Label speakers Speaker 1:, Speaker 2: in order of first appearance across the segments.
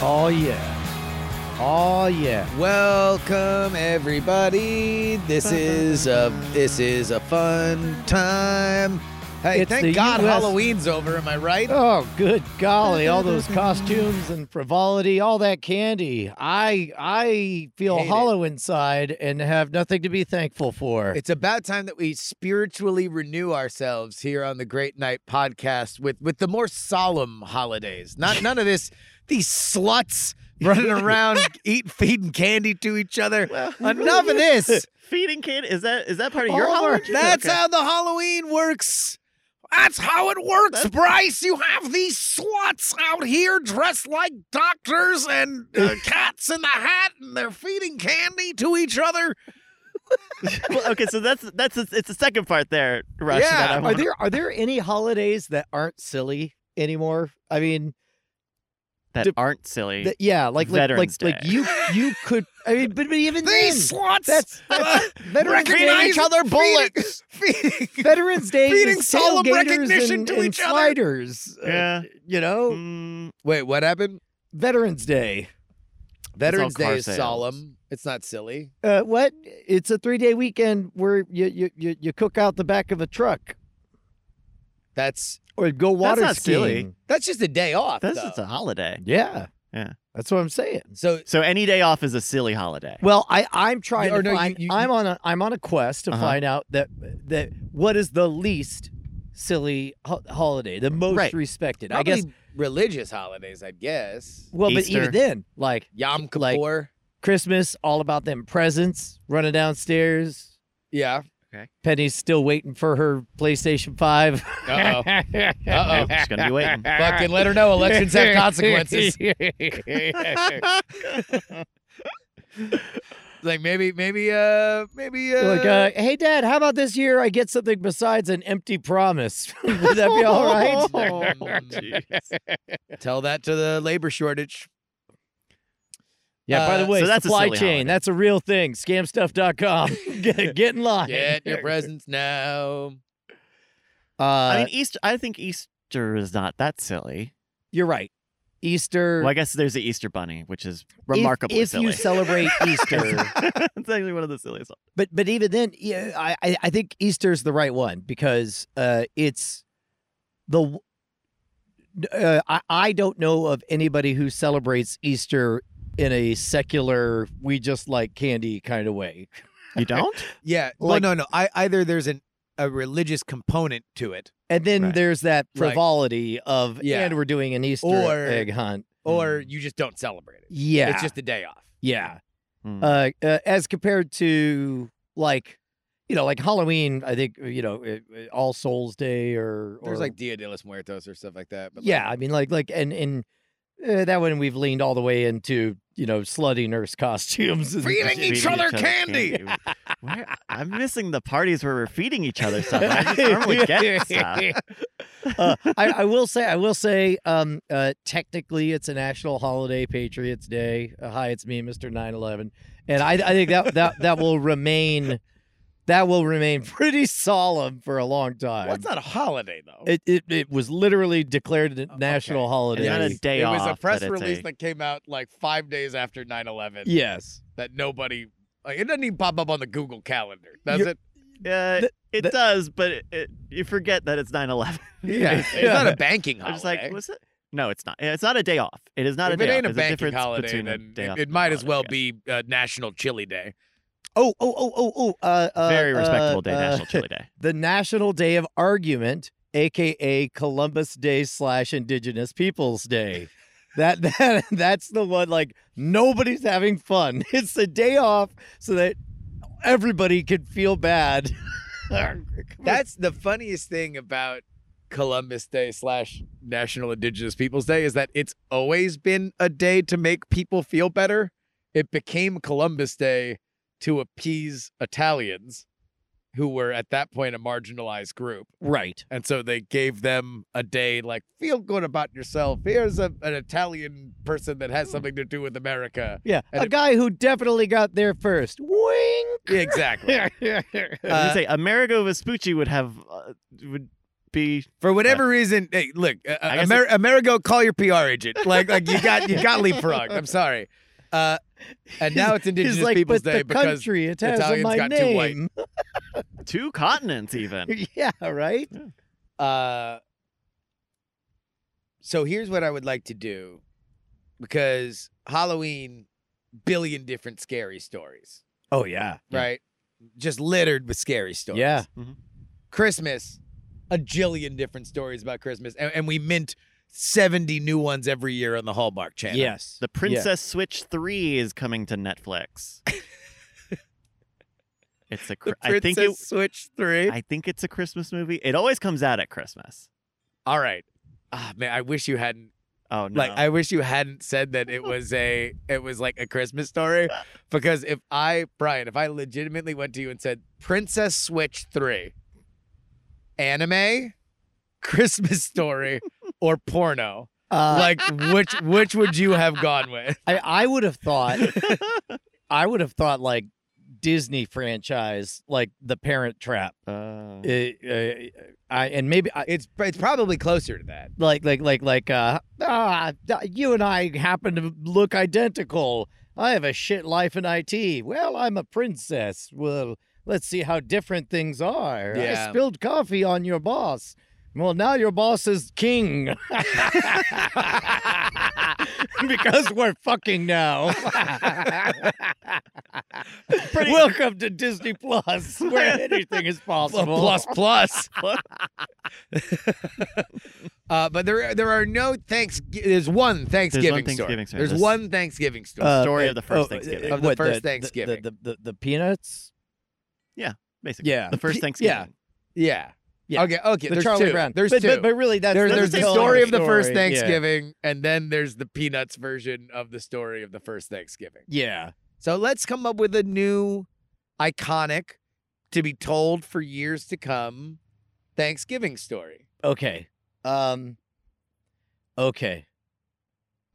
Speaker 1: Oh, yeah. Oh, yeah.
Speaker 2: Welcome everybody. This is a this is a fun time. Hey,
Speaker 1: It's the
Speaker 2: thank God
Speaker 1: US
Speaker 2: Halloween's over. Am I right?
Speaker 1: Oh, good golly. All those costumes and frivolity, all that candy. I I feel
Speaker 2: Hate it.
Speaker 1: hollow inside and have nothing to be thankful for.
Speaker 2: It's about time that we spiritually renew ourselves here on the Great Night podcast with with the more solemn holidays. Not none of this these sluts running around eat feeding candy to each other. Enough of this.
Speaker 3: Feeding kid is that is that part of your
Speaker 1: All
Speaker 3: Halloween?
Speaker 1: work.
Speaker 3: tree?
Speaker 2: That's
Speaker 3: Okay.
Speaker 2: how the Halloween works. That's how it works, Bryce. You have these sluts out here dressed like doctors and uh, cats in the hat, and they're feeding candy to each other.
Speaker 3: Well, okay. So that's that's it's the second part there, Rush.
Speaker 2: Yeah,
Speaker 3: that I
Speaker 2: are
Speaker 1: are
Speaker 3: wanna-
Speaker 1: there are there any holidays that aren't silly anymore? I mean,
Speaker 3: that
Speaker 1: dip-
Speaker 3: aren't silly.
Speaker 1: th- yeah, like like like,
Speaker 3: Veterans
Speaker 1: like
Speaker 3: Day.
Speaker 1: you you could. I mean, but, but even
Speaker 2: These
Speaker 1: then,
Speaker 2: sluts
Speaker 1: that's,
Speaker 2: uh,
Speaker 1: that's Veterans Day.
Speaker 2: recognize
Speaker 1: Each other bullets.
Speaker 2: feeding, feeding
Speaker 1: Veterans Day
Speaker 2: Feeding
Speaker 1: is
Speaker 2: solemn
Speaker 1: tailgaters
Speaker 2: recognition
Speaker 1: and,
Speaker 2: to
Speaker 1: and
Speaker 2: each other.
Speaker 1: sliders. uh,
Speaker 3: Yeah.
Speaker 1: you know,
Speaker 3: Mm,
Speaker 2: Wait, what happened?
Speaker 1: Veterans Day.
Speaker 2: Veterans
Speaker 3: car
Speaker 2: Day is
Speaker 3: sales.
Speaker 2: solemn. It's not silly.
Speaker 1: Uh, what? It's a three day weekend where you, you you you cook out the back of a truck
Speaker 2: That's
Speaker 1: or go water
Speaker 3: not
Speaker 1: skiing.
Speaker 3: silly.
Speaker 2: that's just a day off.
Speaker 3: that's
Speaker 2: though.
Speaker 3: just a holiday.
Speaker 1: Yeah,
Speaker 3: Yeah.
Speaker 1: That's what I'm saying.
Speaker 2: so
Speaker 3: So any day off is a silly holiday.
Speaker 1: Well, I I'm trying
Speaker 2: or
Speaker 1: to
Speaker 2: no, you-
Speaker 1: find.
Speaker 2: you-
Speaker 1: I'm on a I'm on a quest to
Speaker 3: Uh-huh.
Speaker 1: find out that that what is the least silly ho- holiday, the most
Speaker 3: Right.
Speaker 1: respected.
Speaker 2: probably
Speaker 1: I guess.
Speaker 2: religious holidays. I guess
Speaker 1: Well, but
Speaker 3: Easter.
Speaker 1: even then, like
Speaker 2: Yom Kippur.
Speaker 1: Like- Christmas, all about them presents, running downstairs.
Speaker 2: yeah.
Speaker 1: Penny's still waiting for her PlayStation 5.
Speaker 2: Uh oh. Uh
Speaker 3: Nope, just gonna be waiting.
Speaker 2: Fucking let her know elections have consequences. like maybe, maybe, uh, maybe, uh,
Speaker 1: Like, uh, hey, Dad, how about this year I get something besides an empty promise? Would that be
Speaker 2: oh,
Speaker 1: all right?
Speaker 2: Mm, tell that to the labor shortage.
Speaker 1: Yeah, by the
Speaker 2: Uh,
Speaker 1: way,
Speaker 3: so that's a
Speaker 1: supply
Speaker 3: silly
Speaker 1: chain,
Speaker 3: holiday.
Speaker 1: that's a real thing. Scamstuff.com. get, get in line.
Speaker 2: Get your presents now.
Speaker 1: Uh,
Speaker 3: I mean, Easter. I think Easter is not that silly.
Speaker 1: you're right. Easter.
Speaker 3: Well, I guess there's the Easter bunny, which is
Speaker 1: if-
Speaker 3: remarkably
Speaker 1: if,
Speaker 3: silly.
Speaker 1: you celebrate Easter.
Speaker 3: it's actually one of the silliest.
Speaker 1: But but even then, yeah, I I- I think Easter's the right one because uh, it's the w- uh, I I don't know of anybody who celebrates Easter in a secular we just like candy kind of way.
Speaker 3: You don't?
Speaker 2: Yeah. Well,
Speaker 1: Like-
Speaker 2: no, no. I either there's an a religious component to it,
Speaker 1: And then
Speaker 3: Right.
Speaker 1: there's that
Speaker 2: Like-
Speaker 1: frivolity of
Speaker 2: Yeah.
Speaker 1: and we're doing an Easter
Speaker 2: Or-
Speaker 1: egg hunt.
Speaker 2: or
Speaker 1: Hmm.
Speaker 2: you just don't celebrate it.
Speaker 1: Yeah,
Speaker 2: It's just Hmm. a day off.
Speaker 1: yeah.
Speaker 3: Mm.
Speaker 1: Uh, uh, as compared to like. You know, like Halloween, I think you know uh, uh, All Souls Day or
Speaker 2: There's
Speaker 1: or
Speaker 2: like Dia de los Muertos or stuff like that. But like-
Speaker 1: yeah, I mean, like, like, and and uh, that one we've leaned all the way into, you know, slutty nurse costumes. and-
Speaker 2: Feeling Feeding each other candy.
Speaker 3: Where- I'm missing the parties where we're feeding each other stuff. I just normally get stuff.
Speaker 1: Uh, I, I will say, I will say, um, uh, technically, it's a national holiday, Patriots Day. Uh, hi, it's me, Mister 9/11, and I, I think that that that will remain, that will remain pretty solemn for a long time.
Speaker 2: Well, it's not a holiday though.
Speaker 1: it, it it was literally
Speaker 3: Oh,
Speaker 1: declared a national
Speaker 3: It's
Speaker 1: holiday.
Speaker 3: not a day
Speaker 2: it
Speaker 3: off.
Speaker 2: was a press
Speaker 3: but it's
Speaker 2: release
Speaker 3: a-
Speaker 2: that came out like five days after 9-11
Speaker 1: yes.
Speaker 2: that nobody like, it doesn't even pop up on the google calendar does
Speaker 1: You're-
Speaker 2: it
Speaker 3: Yeah,
Speaker 1: Th-
Speaker 3: Uh, it
Speaker 1: th-
Speaker 3: does, but it, it, you forget that it's 9 11.
Speaker 2: it's not a banking
Speaker 3: I'm
Speaker 2: holiday
Speaker 3: just like, was it? eh? No, it's not. It's not a day off. It is not
Speaker 2: if
Speaker 3: a
Speaker 2: it
Speaker 3: day
Speaker 2: ain't
Speaker 3: off.
Speaker 2: a
Speaker 3: There's
Speaker 2: banking
Speaker 3: difference
Speaker 2: holiday
Speaker 3: between a
Speaker 2: then
Speaker 3: day off
Speaker 2: it, it
Speaker 3: and a
Speaker 2: might as
Speaker 3: holiday,
Speaker 2: well
Speaker 3: yeah.
Speaker 2: be uh, national chili day
Speaker 1: Oh, oh, oh, oh, oh. Uh, uh,
Speaker 3: Very respectable
Speaker 1: uh,
Speaker 3: day,
Speaker 1: uh,
Speaker 3: National Chili Day.
Speaker 1: the National Day of Argument, aka Columbus Day slash Indigenous Peoples Day. That that that's the one like nobody's having fun. It's the day off so that everybody can feel bad.
Speaker 3: uh,
Speaker 2: that's the funniest thing about columbus day slash national indigenous peoples day is that it's always been a day to make people feel better it became columbus day to appease italians who were at that point a marginalized group
Speaker 1: right.
Speaker 2: And so they gave them a day like, feel good about yourself. Here's a, an Italian person that has something to do with America.
Speaker 1: Yeah,
Speaker 2: And
Speaker 1: a
Speaker 2: it-
Speaker 1: guy who definitely got there first. Uh, Wing.
Speaker 2: Exactly.
Speaker 3: I was gonna say Amerigo Vespucci would have uh, would be
Speaker 2: For whatever reason, hey, look, uh,
Speaker 3: I
Speaker 2: uh,
Speaker 3: guess
Speaker 2: Amer- Amerigo, call your PR agent. Like, like you got you got leapfrogged. I'm sorry. Uh, and now it's
Speaker 1: He's
Speaker 2: Indigenous
Speaker 1: like,
Speaker 2: Peoples
Speaker 1: but the
Speaker 2: Day because
Speaker 1: country it has
Speaker 2: Italians
Speaker 1: my
Speaker 2: got too white.
Speaker 1: name.
Speaker 3: two continents even.
Speaker 1: yeah, right.
Speaker 2: Uh, so here's what I would like to do because Halloween, billion different scary stories,
Speaker 1: Oh yeah,
Speaker 3: Yeah.
Speaker 2: right? Just littered with scary stories.
Speaker 1: yeah.
Speaker 2: Christmas, a jillion different stories about Christmas. And, and we mint 70 new ones every year on the Hallmark channel.
Speaker 1: Yes,
Speaker 3: The Princess Switch 3 is coming to Netflix. it's a cr-
Speaker 2: The
Speaker 3: I
Speaker 2: Princess
Speaker 3: think it
Speaker 2: Switch 3.
Speaker 3: I think it's a Christmas movie. It always comes out at Christmas.
Speaker 2: All right. Ah man, I wish you hadn't
Speaker 3: Oh no.
Speaker 2: like I wish you hadn't said that it was a it was like a Christmas story. Because if I Brian, if I legitimately went to you and said Princess Switch 3, anime, Christmas story, or porno,
Speaker 1: Uh,
Speaker 2: like which which would you have gone with?
Speaker 1: I, I would have thought, I would have thought like Disney franchise, like The Parent Trap.
Speaker 3: Uh,
Speaker 1: Uh, uh, I and maybe I,
Speaker 2: It's it's probably closer to that.
Speaker 1: like like like like uh ah, you and I happen to look identical. I have a shit life in IT. Well, I'm a princess. Well, let's see how different things are.
Speaker 2: Yeah.
Speaker 1: I spilled coffee on your boss. Well, now your boss is king. because we're fucking now. Welcome to Disney Plus, where anything is possible.
Speaker 2: Plus plus. uh, but there there are no thanks. There's one Thanksgiving, story.
Speaker 3: Thanksgiving story.
Speaker 2: There's
Speaker 3: This-
Speaker 2: one Thanksgiving story.
Speaker 1: Uh,
Speaker 3: Story of the first
Speaker 1: uh,
Speaker 3: Thanksgiving.
Speaker 2: Of the
Speaker 1: what,
Speaker 2: first Thanksgiving.
Speaker 1: The, the, the, the peanuts.
Speaker 3: basically.
Speaker 1: yeah.
Speaker 3: The first
Speaker 1: Yeah.
Speaker 3: Thanksgiving.
Speaker 2: yeah.
Speaker 1: Yeah.
Speaker 2: Okay. Okay.
Speaker 1: The
Speaker 2: there's
Speaker 1: Charlie
Speaker 2: two.
Speaker 1: Brown.
Speaker 2: There's
Speaker 1: but,
Speaker 2: two.
Speaker 1: But, but really, that's
Speaker 2: There-
Speaker 1: that's
Speaker 2: there's
Speaker 3: the
Speaker 2: the
Speaker 1: telling
Speaker 2: story of the first
Speaker 1: story.
Speaker 2: Thanksgiving, and then there's the Peanuts version of the story of the first Thanksgiving.
Speaker 1: Yeah.
Speaker 2: So let's come up with a new iconic, to be told for years to come, Thanksgiving story.
Speaker 1: yeah. Okay. Um. Okay.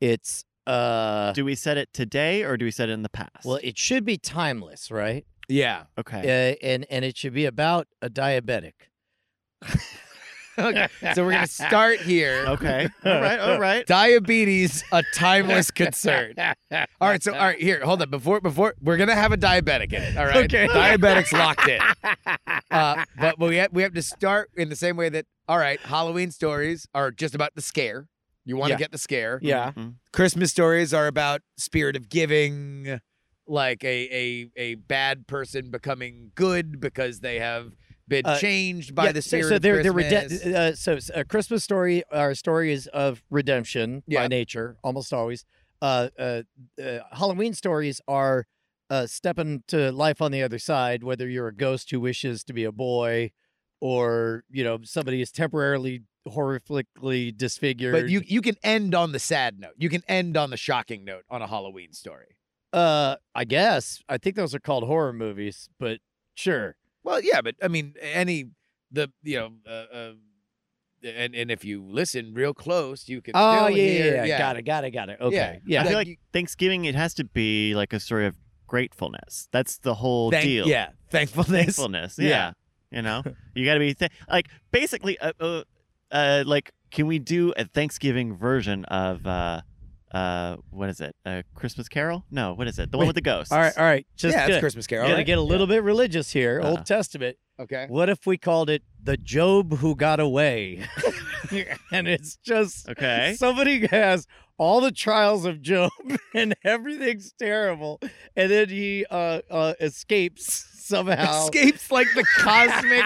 Speaker 1: It's uh.
Speaker 3: Do we set it today or do we set it in the past?
Speaker 1: Well, it should be timeless, right?
Speaker 2: Yeah.
Speaker 1: Uh,
Speaker 3: okay.
Speaker 1: and and it should be about a diabetic.
Speaker 2: okay. So we're gonna start here.
Speaker 3: Okay. all right. All right.
Speaker 2: Diabetes, a timeless concern. All right, so all right, here, hold on. Before before we're gonna have a diabetic in it. All right,
Speaker 1: Okay.
Speaker 2: diabetics locked in. Uh, but we have, we have to start in the same way that all right, Halloween stories are just about the scare. You want to
Speaker 1: Yeah.
Speaker 2: get the scare.
Speaker 1: Yeah.
Speaker 3: Mhm.
Speaker 2: Christmas stories are about spirit of giving, like a a a bad person becoming good because they have been
Speaker 1: Uh,
Speaker 2: changed by
Speaker 1: Yeah,
Speaker 2: the
Speaker 1: so-
Speaker 2: spirit
Speaker 1: so
Speaker 2: of
Speaker 1: they're, they're
Speaker 2: Christmas.
Speaker 1: rede- uh, so s- a Christmas story our story is of redemption
Speaker 2: Yeah.
Speaker 1: by nature almost always. Uh, uh, uh, Halloween stories are uh, stepping to life on the other side, whether you're a ghost who wishes to be a boy, or you know somebody is temporarily horrifically disfigured.
Speaker 2: but you you can end on the sad note. You can end on the shocking note on a Halloween story.
Speaker 1: uh, I guess I think those are called horror movies, but sure.
Speaker 2: Well, yeah, but I mean, any the you know, uh, uh, and and if you listen real close, you can.
Speaker 1: Oh
Speaker 2: still
Speaker 1: yeah, yeah,
Speaker 2: hear,
Speaker 1: yeah, got it, got it, got it. Okay, yeah.
Speaker 3: I
Speaker 2: Like
Speaker 3: feel like
Speaker 2: you-
Speaker 3: Thanksgiving, it has to be like a story of gratefulness. That's the whole
Speaker 2: Thank-
Speaker 3: deal.
Speaker 2: Yeah, thankfulness.
Speaker 3: Gratefulness.
Speaker 2: Yeah.
Speaker 3: Yeah. You know, you got to be th- like basically, uh, uh, uh, like, can we do a Thanksgiving version of, uh, uh, what is it? A Christmas Carol? No, what is it? The one
Speaker 1: Wait,
Speaker 3: with the ghosts.
Speaker 1: All right, all right. Just
Speaker 2: yeah,
Speaker 1: do
Speaker 2: it's
Speaker 1: it.
Speaker 2: Christmas Carol.
Speaker 1: I'm gonna
Speaker 2: right?
Speaker 1: get a little bit religious here.
Speaker 3: Uh-huh.
Speaker 1: Old Testament.
Speaker 2: Okay.
Speaker 1: What if we called it the Job who got away? and it's just
Speaker 3: Okay.
Speaker 1: somebody has all the trials of Job and everything's terrible, and then he uh, uh, escapes somehow.
Speaker 2: Escapes like the cosmic,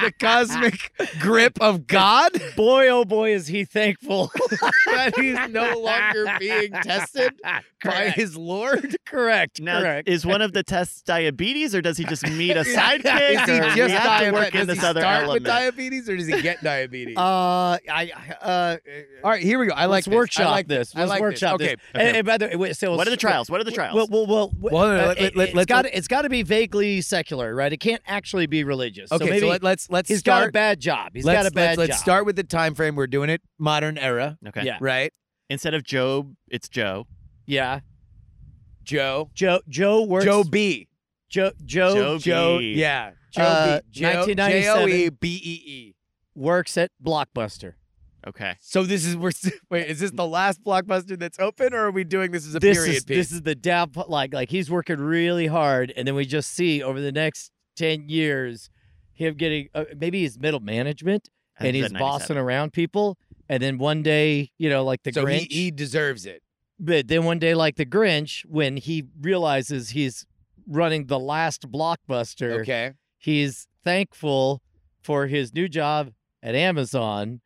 Speaker 2: the cosmic grip of God
Speaker 1: Boy, oh boy, is he thankful
Speaker 2: that he's no longer being tested by
Speaker 1: Correct.
Speaker 2: his Lord.
Speaker 1: Correct.
Speaker 3: Now,
Speaker 1: correct.
Speaker 3: is one of the tests diabetes, or does he just meet a sidekick?
Speaker 2: Is he
Speaker 3: or
Speaker 2: just
Speaker 3: we have to
Speaker 2: diabetic?
Speaker 3: work
Speaker 2: Does
Speaker 3: in
Speaker 2: he
Speaker 3: this other
Speaker 2: start
Speaker 3: element?
Speaker 2: with diabetes, or does he get diabetes?
Speaker 1: uh, I uh,
Speaker 2: All right, here we go. I like
Speaker 1: let's
Speaker 2: this.
Speaker 1: workshop
Speaker 2: I like
Speaker 1: this.
Speaker 2: I
Speaker 1: Let's
Speaker 2: like this.
Speaker 1: workshop
Speaker 2: Okay.
Speaker 1: And, and by the way, wait, so
Speaker 3: What are the trials? What are the trials?
Speaker 1: Well, well, well.
Speaker 2: Well, no, no,
Speaker 1: uh,
Speaker 2: let-
Speaker 1: it,
Speaker 2: let-
Speaker 1: has
Speaker 2: let's-
Speaker 1: got it's got to be vaguely secular, right? It can't actually be religious.
Speaker 2: Okay,
Speaker 1: so
Speaker 2: so,
Speaker 1: maybe
Speaker 2: let, us let's
Speaker 1: he's
Speaker 2: start.
Speaker 1: got a bad job. He's
Speaker 2: let's,
Speaker 1: got a bad
Speaker 2: let's, let's
Speaker 1: job.
Speaker 2: start with the time frame we're doing it. Modern era,
Speaker 3: okay.
Speaker 1: yeah.
Speaker 2: right?
Speaker 3: Instead of Job, it's Joe.
Speaker 1: Yeah,
Speaker 2: Joe,
Speaker 1: Joe. Joe works.
Speaker 2: Joe B,
Speaker 1: Joe. Joe.
Speaker 3: Joe
Speaker 2: Joe,
Speaker 3: B.
Speaker 2: yeah, Joe
Speaker 1: Uh,
Speaker 2: B, Joe,
Speaker 1: 1997.
Speaker 2: J O E B E E.
Speaker 1: works at Blockbuster.
Speaker 3: Okay.
Speaker 2: So this is we're s- wait. Is this the last blockbuster that's open, or are we doing this as a
Speaker 1: this
Speaker 2: period
Speaker 1: is
Speaker 2: piece?
Speaker 1: this is the down p- like like he's working really hard, and then we just see over the next ten years him getting uh, maybe his middle management
Speaker 3: I think
Speaker 1: and
Speaker 3: it's
Speaker 1: he's
Speaker 3: at
Speaker 1: bossing
Speaker 3: 97.
Speaker 1: around people, and then one day you know like the
Speaker 2: so he,
Speaker 1: Grinch,
Speaker 2: he deserves it.
Speaker 1: but then one day like the Grinch when he realizes he's running the last blockbuster,
Speaker 2: Okay.
Speaker 1: he's thankful for his new job at Amazon,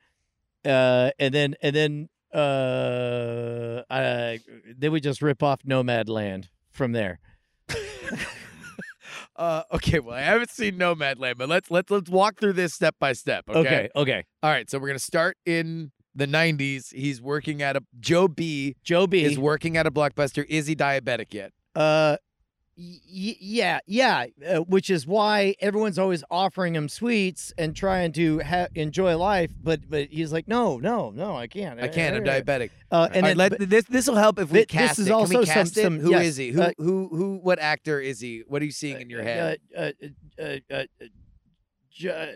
Speaker 1: uh, and then and then uh, uh, then we just rip off Nomad Land from there.
Speaker 2: Uh, okay. Well, I haven't seen Nomadland, but let's let's let's walk through this step by step. Okay.
Speaker 1: okay, okay.
Speaker 2: All right. So we're gonna start in the '90s. He's working at a Joe B.
Speaker 1: Joe B.
Speaker 2: is working at a blockbuster. Is he diabetic yet?
Speaker 1: uh, y- y- yeah, yeah, uh, which is why everyone's always offering him sweets and trying to ha- enjoy life, but but he's like, no, no, no, I can't.
Speaker 2: I can't. I'm diabetic.
Speaker 1: Uh, and
Speaker 2: And
Speaker 1: then, but-
Speaker 2: this this will help if we
Speaker 1: Thi- this
Speaker 2: cast
Speaker 1: is
Speaker 2: it. Can we
Speaker 1: also some-
Speaker 2: cast it?
Speaker 1: some-
Speaker 2: Who
Speaker 1: yes,
Speaker 2: is he? Who
Speaker 1: uh,
Speaker 2: who who? What actor is he? What are you seeing in your head?
Speaker 1: Uh, uh, uh, uh, uh, Jo-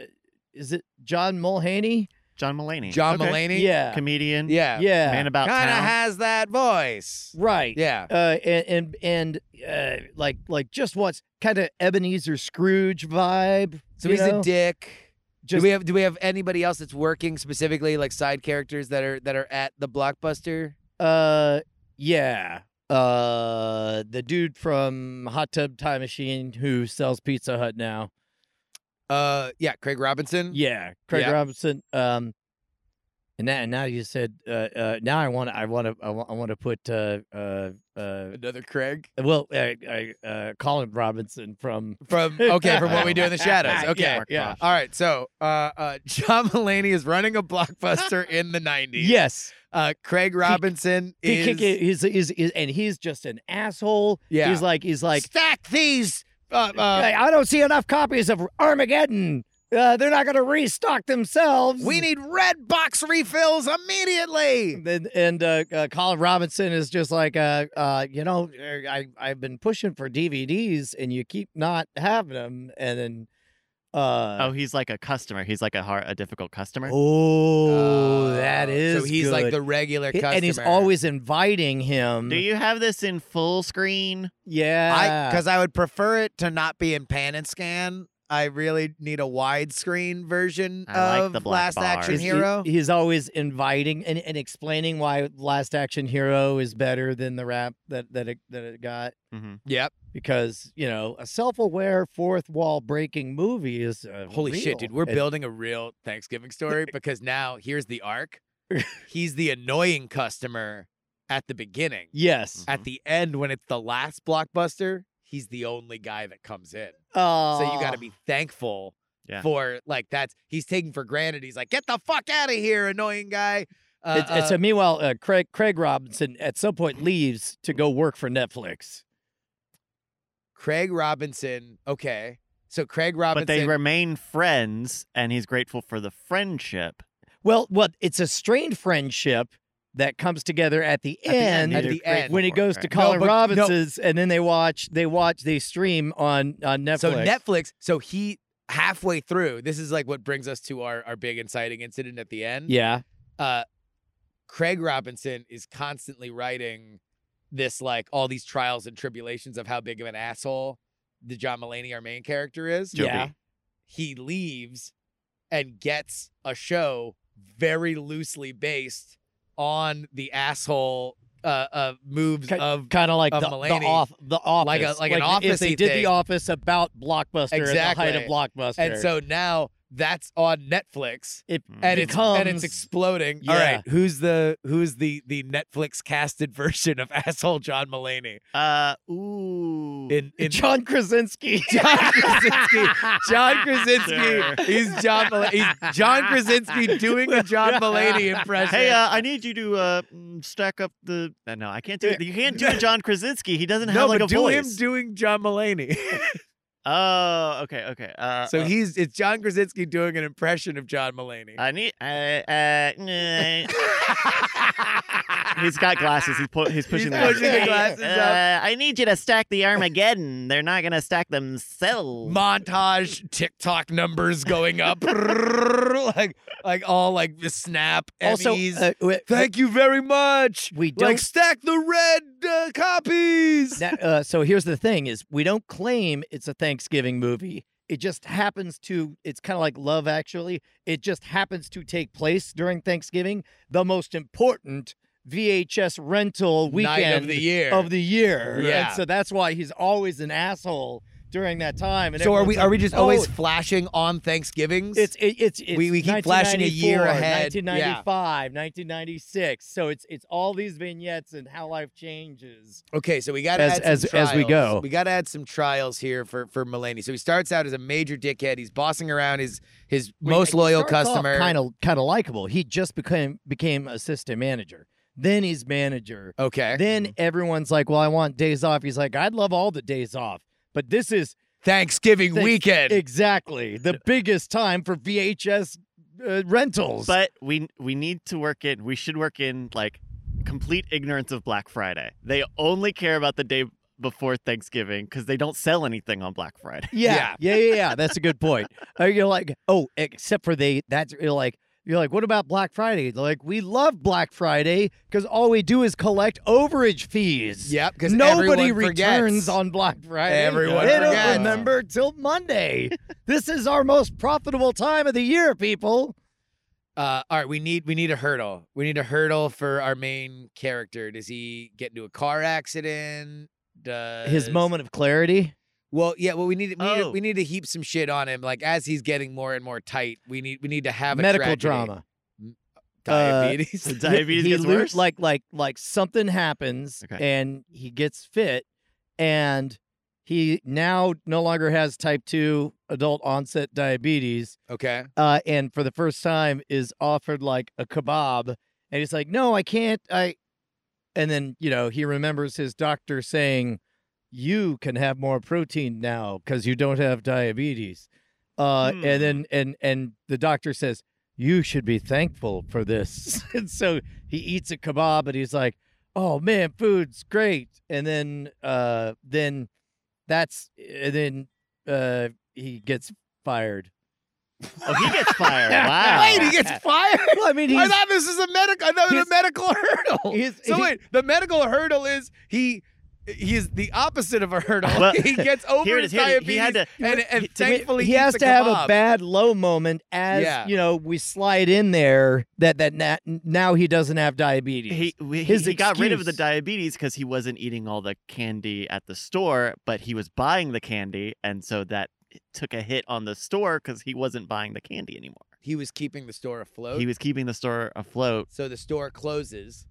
Speaker 1: is it John Mulhaney?
Speaker 3: John Mulaney.
Speaker 2: John
Speaker 3: Okay.
Speaker 2: Mulaney.
Speaker 1: Yeah.
Speaker 3: Comedian.
Speaker 2: Yeah.
Speaker 1: Yeah.
Speaker 3: Man about
Speaker 2: Kind of
Speaker 3: town.
Speaker 2: has that voice.
Speaker 1: right.
Speaker 2: Yeah.
Speaker 1: Uh, and and, and uh, like like just what's kind of Ebenezer Scrooge vibe.
Speaker 2: So
Speaker 1: you
Speaker 2: he's
Speaker 1: know?
Speaker 2: a dick.
Speaker 1: Just-
Speaker 2: do we have do we have anybody else that's working specifically like side characters that are that are at the blockbuster?
Speaker 1: Uh, yeah. Uh, the dude from Hot Tub Time Machine who sells Pizza Hut now.
Speaker 2: Uh, yeah, Craig Robinson.
Speaker 1: Yeah, Craig
Speaker 2: Yeah.
Speaker 1: Robinson. Um, and now, now you said. Uh, uh, now I want. I want to. I want. I want to put. Uh, uh, uh,
Speaker 2: Another Craig
Speaker 1: well, I, I, uh, Colin Robinson from.
Speaker 2: from okay from what we do in the shadows.
Speaker 1: Yeah,
Speaker 2: Okay,
Speaker 1: yeah.
Speaker 2: all right. So, uh, uh, John Mulaney is running a blockbuster in the nineties.
Speaker 1: Yes,
Speaker 2: Uh, Craig Robinson
Speaker 1: he
Speaker 2: is
Speaker 1: kick it, he's, he's, he's- and he's just an asshole.
Speaker 2: yeah.
Speaker 1: He's like he's like
Speaker 2: stack these. Uh, uh,
Speaker 1: "Hey, I don't see enough copies of Armageddon. Uh, they're not going to restock themselves.
Speaker 2: we need red box refills immediately.
Speaker 1: And and uh, uh, Colin Robinson is just like, uh, uh, you know, uh, I I've been pushing for DVDs and you keep not having them, and then, uh,
Speaker 3: Oh, he's like a customer. He's like a hard, a difficult customer.
Speaker 1: oh, that
Speaker 2: Uh,
Speaker 1: is
Speaker 2: So he's like
Speaker 1: good.
Speaker 2: the regular
Speaker 1: He-
Speaker 2: customer,
Speaker 1: and he's always inviting him.
Speaker 2: mm.
Speaker 3: Do you have this in full screen?
Speaker 1: yeah,
Speaker 2: I because I would prefer it to not be in pan and scan. I really need a widescreen version
Speaker 3: I like
Speaker 2: of
Speaker 3: the black
Speaker 2: Last Action
Speaker 1: He's-
Speaker 3: bars.
Speaker 1: he-
Speaker 2: Hero.
Speaker 1: he's always inviting and, and explaining why Last Action Hero is better than the rap that that it, that it got.
Speaker 3: Mm-hmm.
Speaker 2: yep.
Speaker 1: because you know a self-aware fourth wall breaking movie is uh,
Speaker 2: Holy shit,
Speaker 1: real.
Speaker 2: dude! We're
Speaker 1: It-
Speaker 2: building a real Thanksgiving story because now here's the arc. he's the annoying customer at the beginning.
Speaker 1: yes
Speaker 2: At the end, when it's the last blockbuster, he's the only guy that comes in.
Speaker 1: uh,
Speaker 2: Mm. So you got to be thankful
Speaker 3: Yeah.
Speaker 2: for like that's he's taking for granted. He's like, get the fuck out of here, annoying guy. Uh,
Speaker 1: it's, it's
Speaker 2: uh,
Speaker 1: a meanwhile uh, craig craig robinson at some point leaves to go work for netflix
Speaker 2: Craig Robinson. Okay, so Craig Robinson.
Speaker 3: But they remain friends, and he's grateful for the friendship.
Speaker 1: well what it's a strained friendship that comes together at the
Speaker 3: At
Speaker 1: end,
Speaker 3: the end,
Speaker 2: At
Speaker 3: they're
Speaker 2: the
Speaker 3: grateful
Speaker 2: end.
Speaker 1: when he
Speaker 3: for it,
Speaker 1: goes to
Speaker 3: right?
Speaker 1: colin
Speaker 2: but- no.
Speaker 1: robinson's and then they watch they watch they stream on on netflix
Speaker 2: so Netflix. So he halfway through. This is like what brings us to our our big inciting incident at the end.
Speaker 1: yeah
Speaker 2: uh, Craig Robinson is constantly writing this like all these trials and tribulations of how big of an asshole the John Mulaney, our main character, is.
Speaker 3: Joe
Speaker 1: yeah
Speaker 3: B.
Speaker 2: He leaves and gets a show very loosely based on the asshole uh, uh, moves
Speaker 1: Ki-
Speaker 2: of
Speaker 1: kind of like the,
Speaker 2: of
Speaker 1: the
Speaker 2: Mulaney.
Speaker 1: off the office
Speaker 2: Like a- like an
Speaker 1: if they
Speaker 2: Office-y
Speaker 1: did
Speaker 2: thing.
Speaker 1: the office about blockbuster at the height of
Speaker 2: Exactly.
Speaker 1: blockbuster
Speaker 2: and so now that's on Netflix.
Speaker 1: it
Speaker 2: And it's and
Speaker 1: Becomes-
Speaker 2: it's exploding. All
Speaker 1: Yeah.
Speaker 2: right, who's the who's the the Netflix casted version of asshole John Mulaney?
Speaker 3: Uh, ooh.
Speaker 2: in in
Speaker 1: John Krasinski.
Speaker 2: John Krasinski. John Krasinski.
Speaker 3: Sure.
Speaker 2: He's John. Mul- he's John Krasinski doing a John Mulaney impression.
Speaker 3: Hey, uh, I need you to uh, mm, stack up the. Uh, no, I can't do it. You can't do a John Krasinski. He doesn't
Speaker 2: no,
Speaker 3: have like
Speaker 2: but
Speaker 3: a
Speaker 2: do
Speaker 3: voice.
Speaker 2: him doing John Mulaney.
Speaker 3: Oh, okay, okay. Uh,
Speaker 2: so
Speaker 3: uh,
Speaker 2: he's it's John Krasinski doing an impression of John Mulaney.
Speaker 3: I need. Uh, uh, nah. he's got glasses. He's, pu- he's pushing,
Speaker 2: pushing the
Speaker 3: Uh,
Speaker 2: glasses up.
Speaker 3: Uh, I need you to stack the Armageddon. They're not gonna stack themselves.
Speaker 2: Montage TikTok numbers going up, like like all like the snap.
Speaker 1: Also,
Speaker 2: Emmys.
Speaker 1: uh, w-
Speaker 2: thank you very much.
Speaker 1: we don't.
Speaker 2: Like stack the red uh, copies.
Speaker 1: na- uh, so here's the thing: is we don't claim it's a Thanksgiving movie. It just happens to. It's kind of like Love Actually. It just happens to take place during Thanksgiving, the most important VHS rental weekend
Speaker 2: Night of the year.
Speaker 1: of the year. And
Speaker 2: Yeah.
Speaker 1: so that's why he's always an asshole during that time. And
Speaker 2: so are
Speaker 1: everyone's
Speaker 2: we?
Speaker 1: like,
Speaker 2: Are we just
Speaker 1: "Oh,
Speaker 2: always flashing on Thanksgivings?
Speaker 1: It's it, it's it's
Speaker 2: We- we keep flashing a year
Speaker 1: 1994,
Speaker 2: ahead.
Speaker 1: 1995,
Speaker 2: Yeah.
Speaker 1: 1996. So it's it's all these vignettes and how life changes.
Speaker 2: Okay, so we got to
Speaker 1: As-
Speaker 2: add some
Speaker 1: as- as we
Speaker 2: trials.
Speaker 1: go.
Speaker 2: We got to add some trials here for for Mulaney. So he starts out as a major dickhead. He's bossing around his his most loyal customer.
Speaker 1: kind of kind of likable. He just became became assistant manager. Then he's manager.
Speaker 2: okay.
Speaker 1: Then everyone's like, "Well, I want days off." He's like, "I'd love all the days off." But this is
Speaker 2: Thanksgiving
Speaker 1: Thanks-
Speaker 2: weekend.
Speaker 1: exactly the biggest time for VHS uh, rentals.
Speaker 3: But we we need to work in. We should work in like complete ignorance of Black Friday. They only care about the day before Thanksgiving because they don't sell anything on Black Friday.
Speaker 1: Yeah, yeah, yeah, yeah. That's a good point. Uh, you're like, oh, except for they. That's you're like, you're like, what about Black Friday? They're like, we love Black Friday because all we do is collect overage fees.
Speaker 2: yep. Because
Speaker 1: Nobody
Speaker 2: everyone forgets.
Speaker 1: returns on Black Friday.
Speaker 2: Everyone
Speaker 1: they
Speaker 2: forgets.
Speaker 1: don't remember till Monday. this is our most profitable time of the year, people.
Speaker 2: Uh, all right, we need we need a hurdle. We need a hurdle for our main character. Does he get into a car accident? Does...
Speaker 1: His moment of clarity.
Speaker 2: Well, yeah. Well, we need we, need to,
Speaker 3: Oh.
Speaker 2: we need to heap some shit on him. Like as he's getting more and more tight, we need we need to have a
Speaker 1: medical
Speaker 2: tragedy.
Speaker 1: drama. Uh,
Speaker 2: diabetes.
Speaker 3: The diabetes
Speaker 1: he
Speaker 3: gets
Speaker 1: lo-
Speaker 3: worse.
Speaker 1: Like like like something happens
Speaker 3: Okay.
Speaker 1: and he gets fit and he now no longer has type 2 adult onset diabetes
Speaker 2: okay.
Speaker 1: uh, and for the first time is offered like a kebab and he's like no I can't I and then you know he remembers his doctor saying you can have more protein now cuz you don't have diabetes uh,
Speaker 3: Hmm.
Speaker 1: and then and and the doctor says you should be thankful for this. and so he eats a kebab and he's like, oh man, food's great. And then, uh, then that's, and then, uh, he gets fired.
Speaker 3: oh, he gets fired.
Speaker 2: Wait, he
Speaker 3: Wow.
Speaker 2: gets fired.
Speaker 1: Well, I mean,
Speaker 2: I
Speaker 1: he's,
Speaker 2: thought this was a medical. I thought it was a
Speaker 1: he's-
Speaker 2: medical hurdle.
Speaker 1: he's-
Speaker 2: so
Speaker 1: he-
Speaker 2: wait, the medical hurdle is he. He is the opposite of a hurdle.
Speaker 3: Well,
Speaker 2: he gets over
Speaker 3: Here it
Speaker 2: his
Speaker 3: is. Here it is.
Speaker 2: diabetes,
Speaker 3: He had to.
Speaker 2: and, and
Speaker 3: he- to-
Speaker 2: thankfully
Speaker 1: he
Speaker 2: eats
Speaker 1: has
Speaker 2: a
Speaker 1: to have
Speaker 2: kebab.
Speaker 1: a bad low moment as,
Speaker 2: Yeah.
Speaker 1: you know, we slide in there that, that na- now he doesn't have diabetes.
Speaker 3: He, we-
Speaker 1: His
Speaker 3: he got rid of the
Speaker 1: excuse.
Speaker 3: diabetes because he wasn't eating all the candy at the store, but he was buying the candy, and so that took a hit on the store because he wasn't buying the candy anymore.
Speaker 2: He was keeping the store afloat.
Speaker 3: He was keeping the store afloat.
Speaker 2: so the store closes.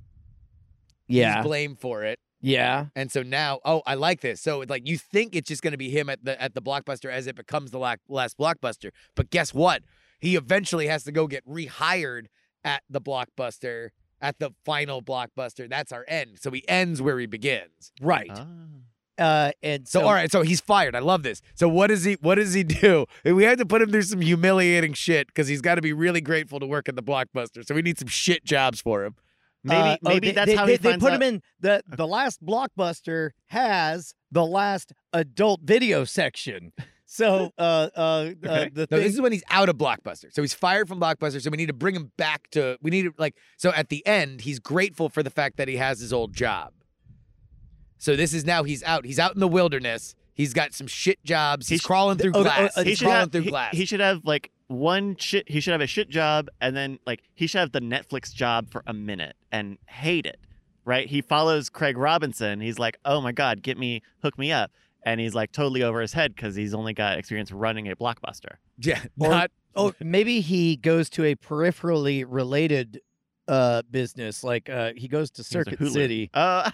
Speaker 1: yeah.
Speaker 2: He's blamed for it.
Speaker 1: yeah.
Speaker 2: And so now, oh, I like this. So it's like you think it's just going to be him at the at the blockbuster as it becomes the la- last blockbuster, but guess what? He eventually has to go get rehired at the blockbuster at the final blockbuster. That's our end. So he ends where he begins.
Speaker 1: Right.
Speaker 3: Ah.
Speaker 1: Uh, and
Speaker 2: So,
Speaker 1: so,
Speaker 2: all right, so he's fired. I love this. So what does he what does he do? We have to put him through some humiliating shit because he's got to be really grateful to work at the blockbuster. So we need some shit jobs for him.
Speaker 3: Maybe
Speaker 1: Uh, oh,
Speaker 3: maybe
Speaker 1: they-
Speaker 3: that's
Speaker 1: they,
Speaker 3: how
Speaker 1: they,
Speaker 3: he
Speaker 1: they
Speaker 3: finds
Speaker 1: put him
Speaker 3: out.
Speaker 1: in. the The last blockbuster has the last adult video section. So, uh, uh, uh
Speaker 3: Okay.
Speaker 1: the
Speaker 2: No,
Speaker 1: thing,
Speaker 2: this is when he's out of Blockbuster. So he's fired from Blockbuster. So we need to bring him back to. We need to like. So at the end, he's grateful for the fact that he has his old job. So this is now he's out. He's out in the wilderness. He's got some shit jobs.
Speaker 3: He
Speaker 2: He's
Speaker 3: sh-
Speaker 2: crawling through
Speaker 1: oh, oh,
Speaker 2: glass.
Speaker 1: oh,
Speaker 2: he's
Speaker 3: should
Speaker 2: crawling
Speaker 3: have-
Speaker 2: through
Speaker 3: he-
Speaker 2: glass.
Speaker 3: He should have like one shit. He should have a shit job, and then like he should have the Netflix job for a minute and hate it, right? He follows Craig Robinson. He's like, oh my god, get me, hook me up, and he's like totally over his head because he's only got experience running a blockbuster.
Speaker 2: yeah,
Speaker 1: Or-
Speaker 2: not
Speaker 1: oh, maybe he goes to a peripherally related uh business, like uh he goes to
Speaker 3: He was a
Speaker 1: Circuit
Speaker 3: hooler.
Speaker 1: City.
Speaker 3: Oh,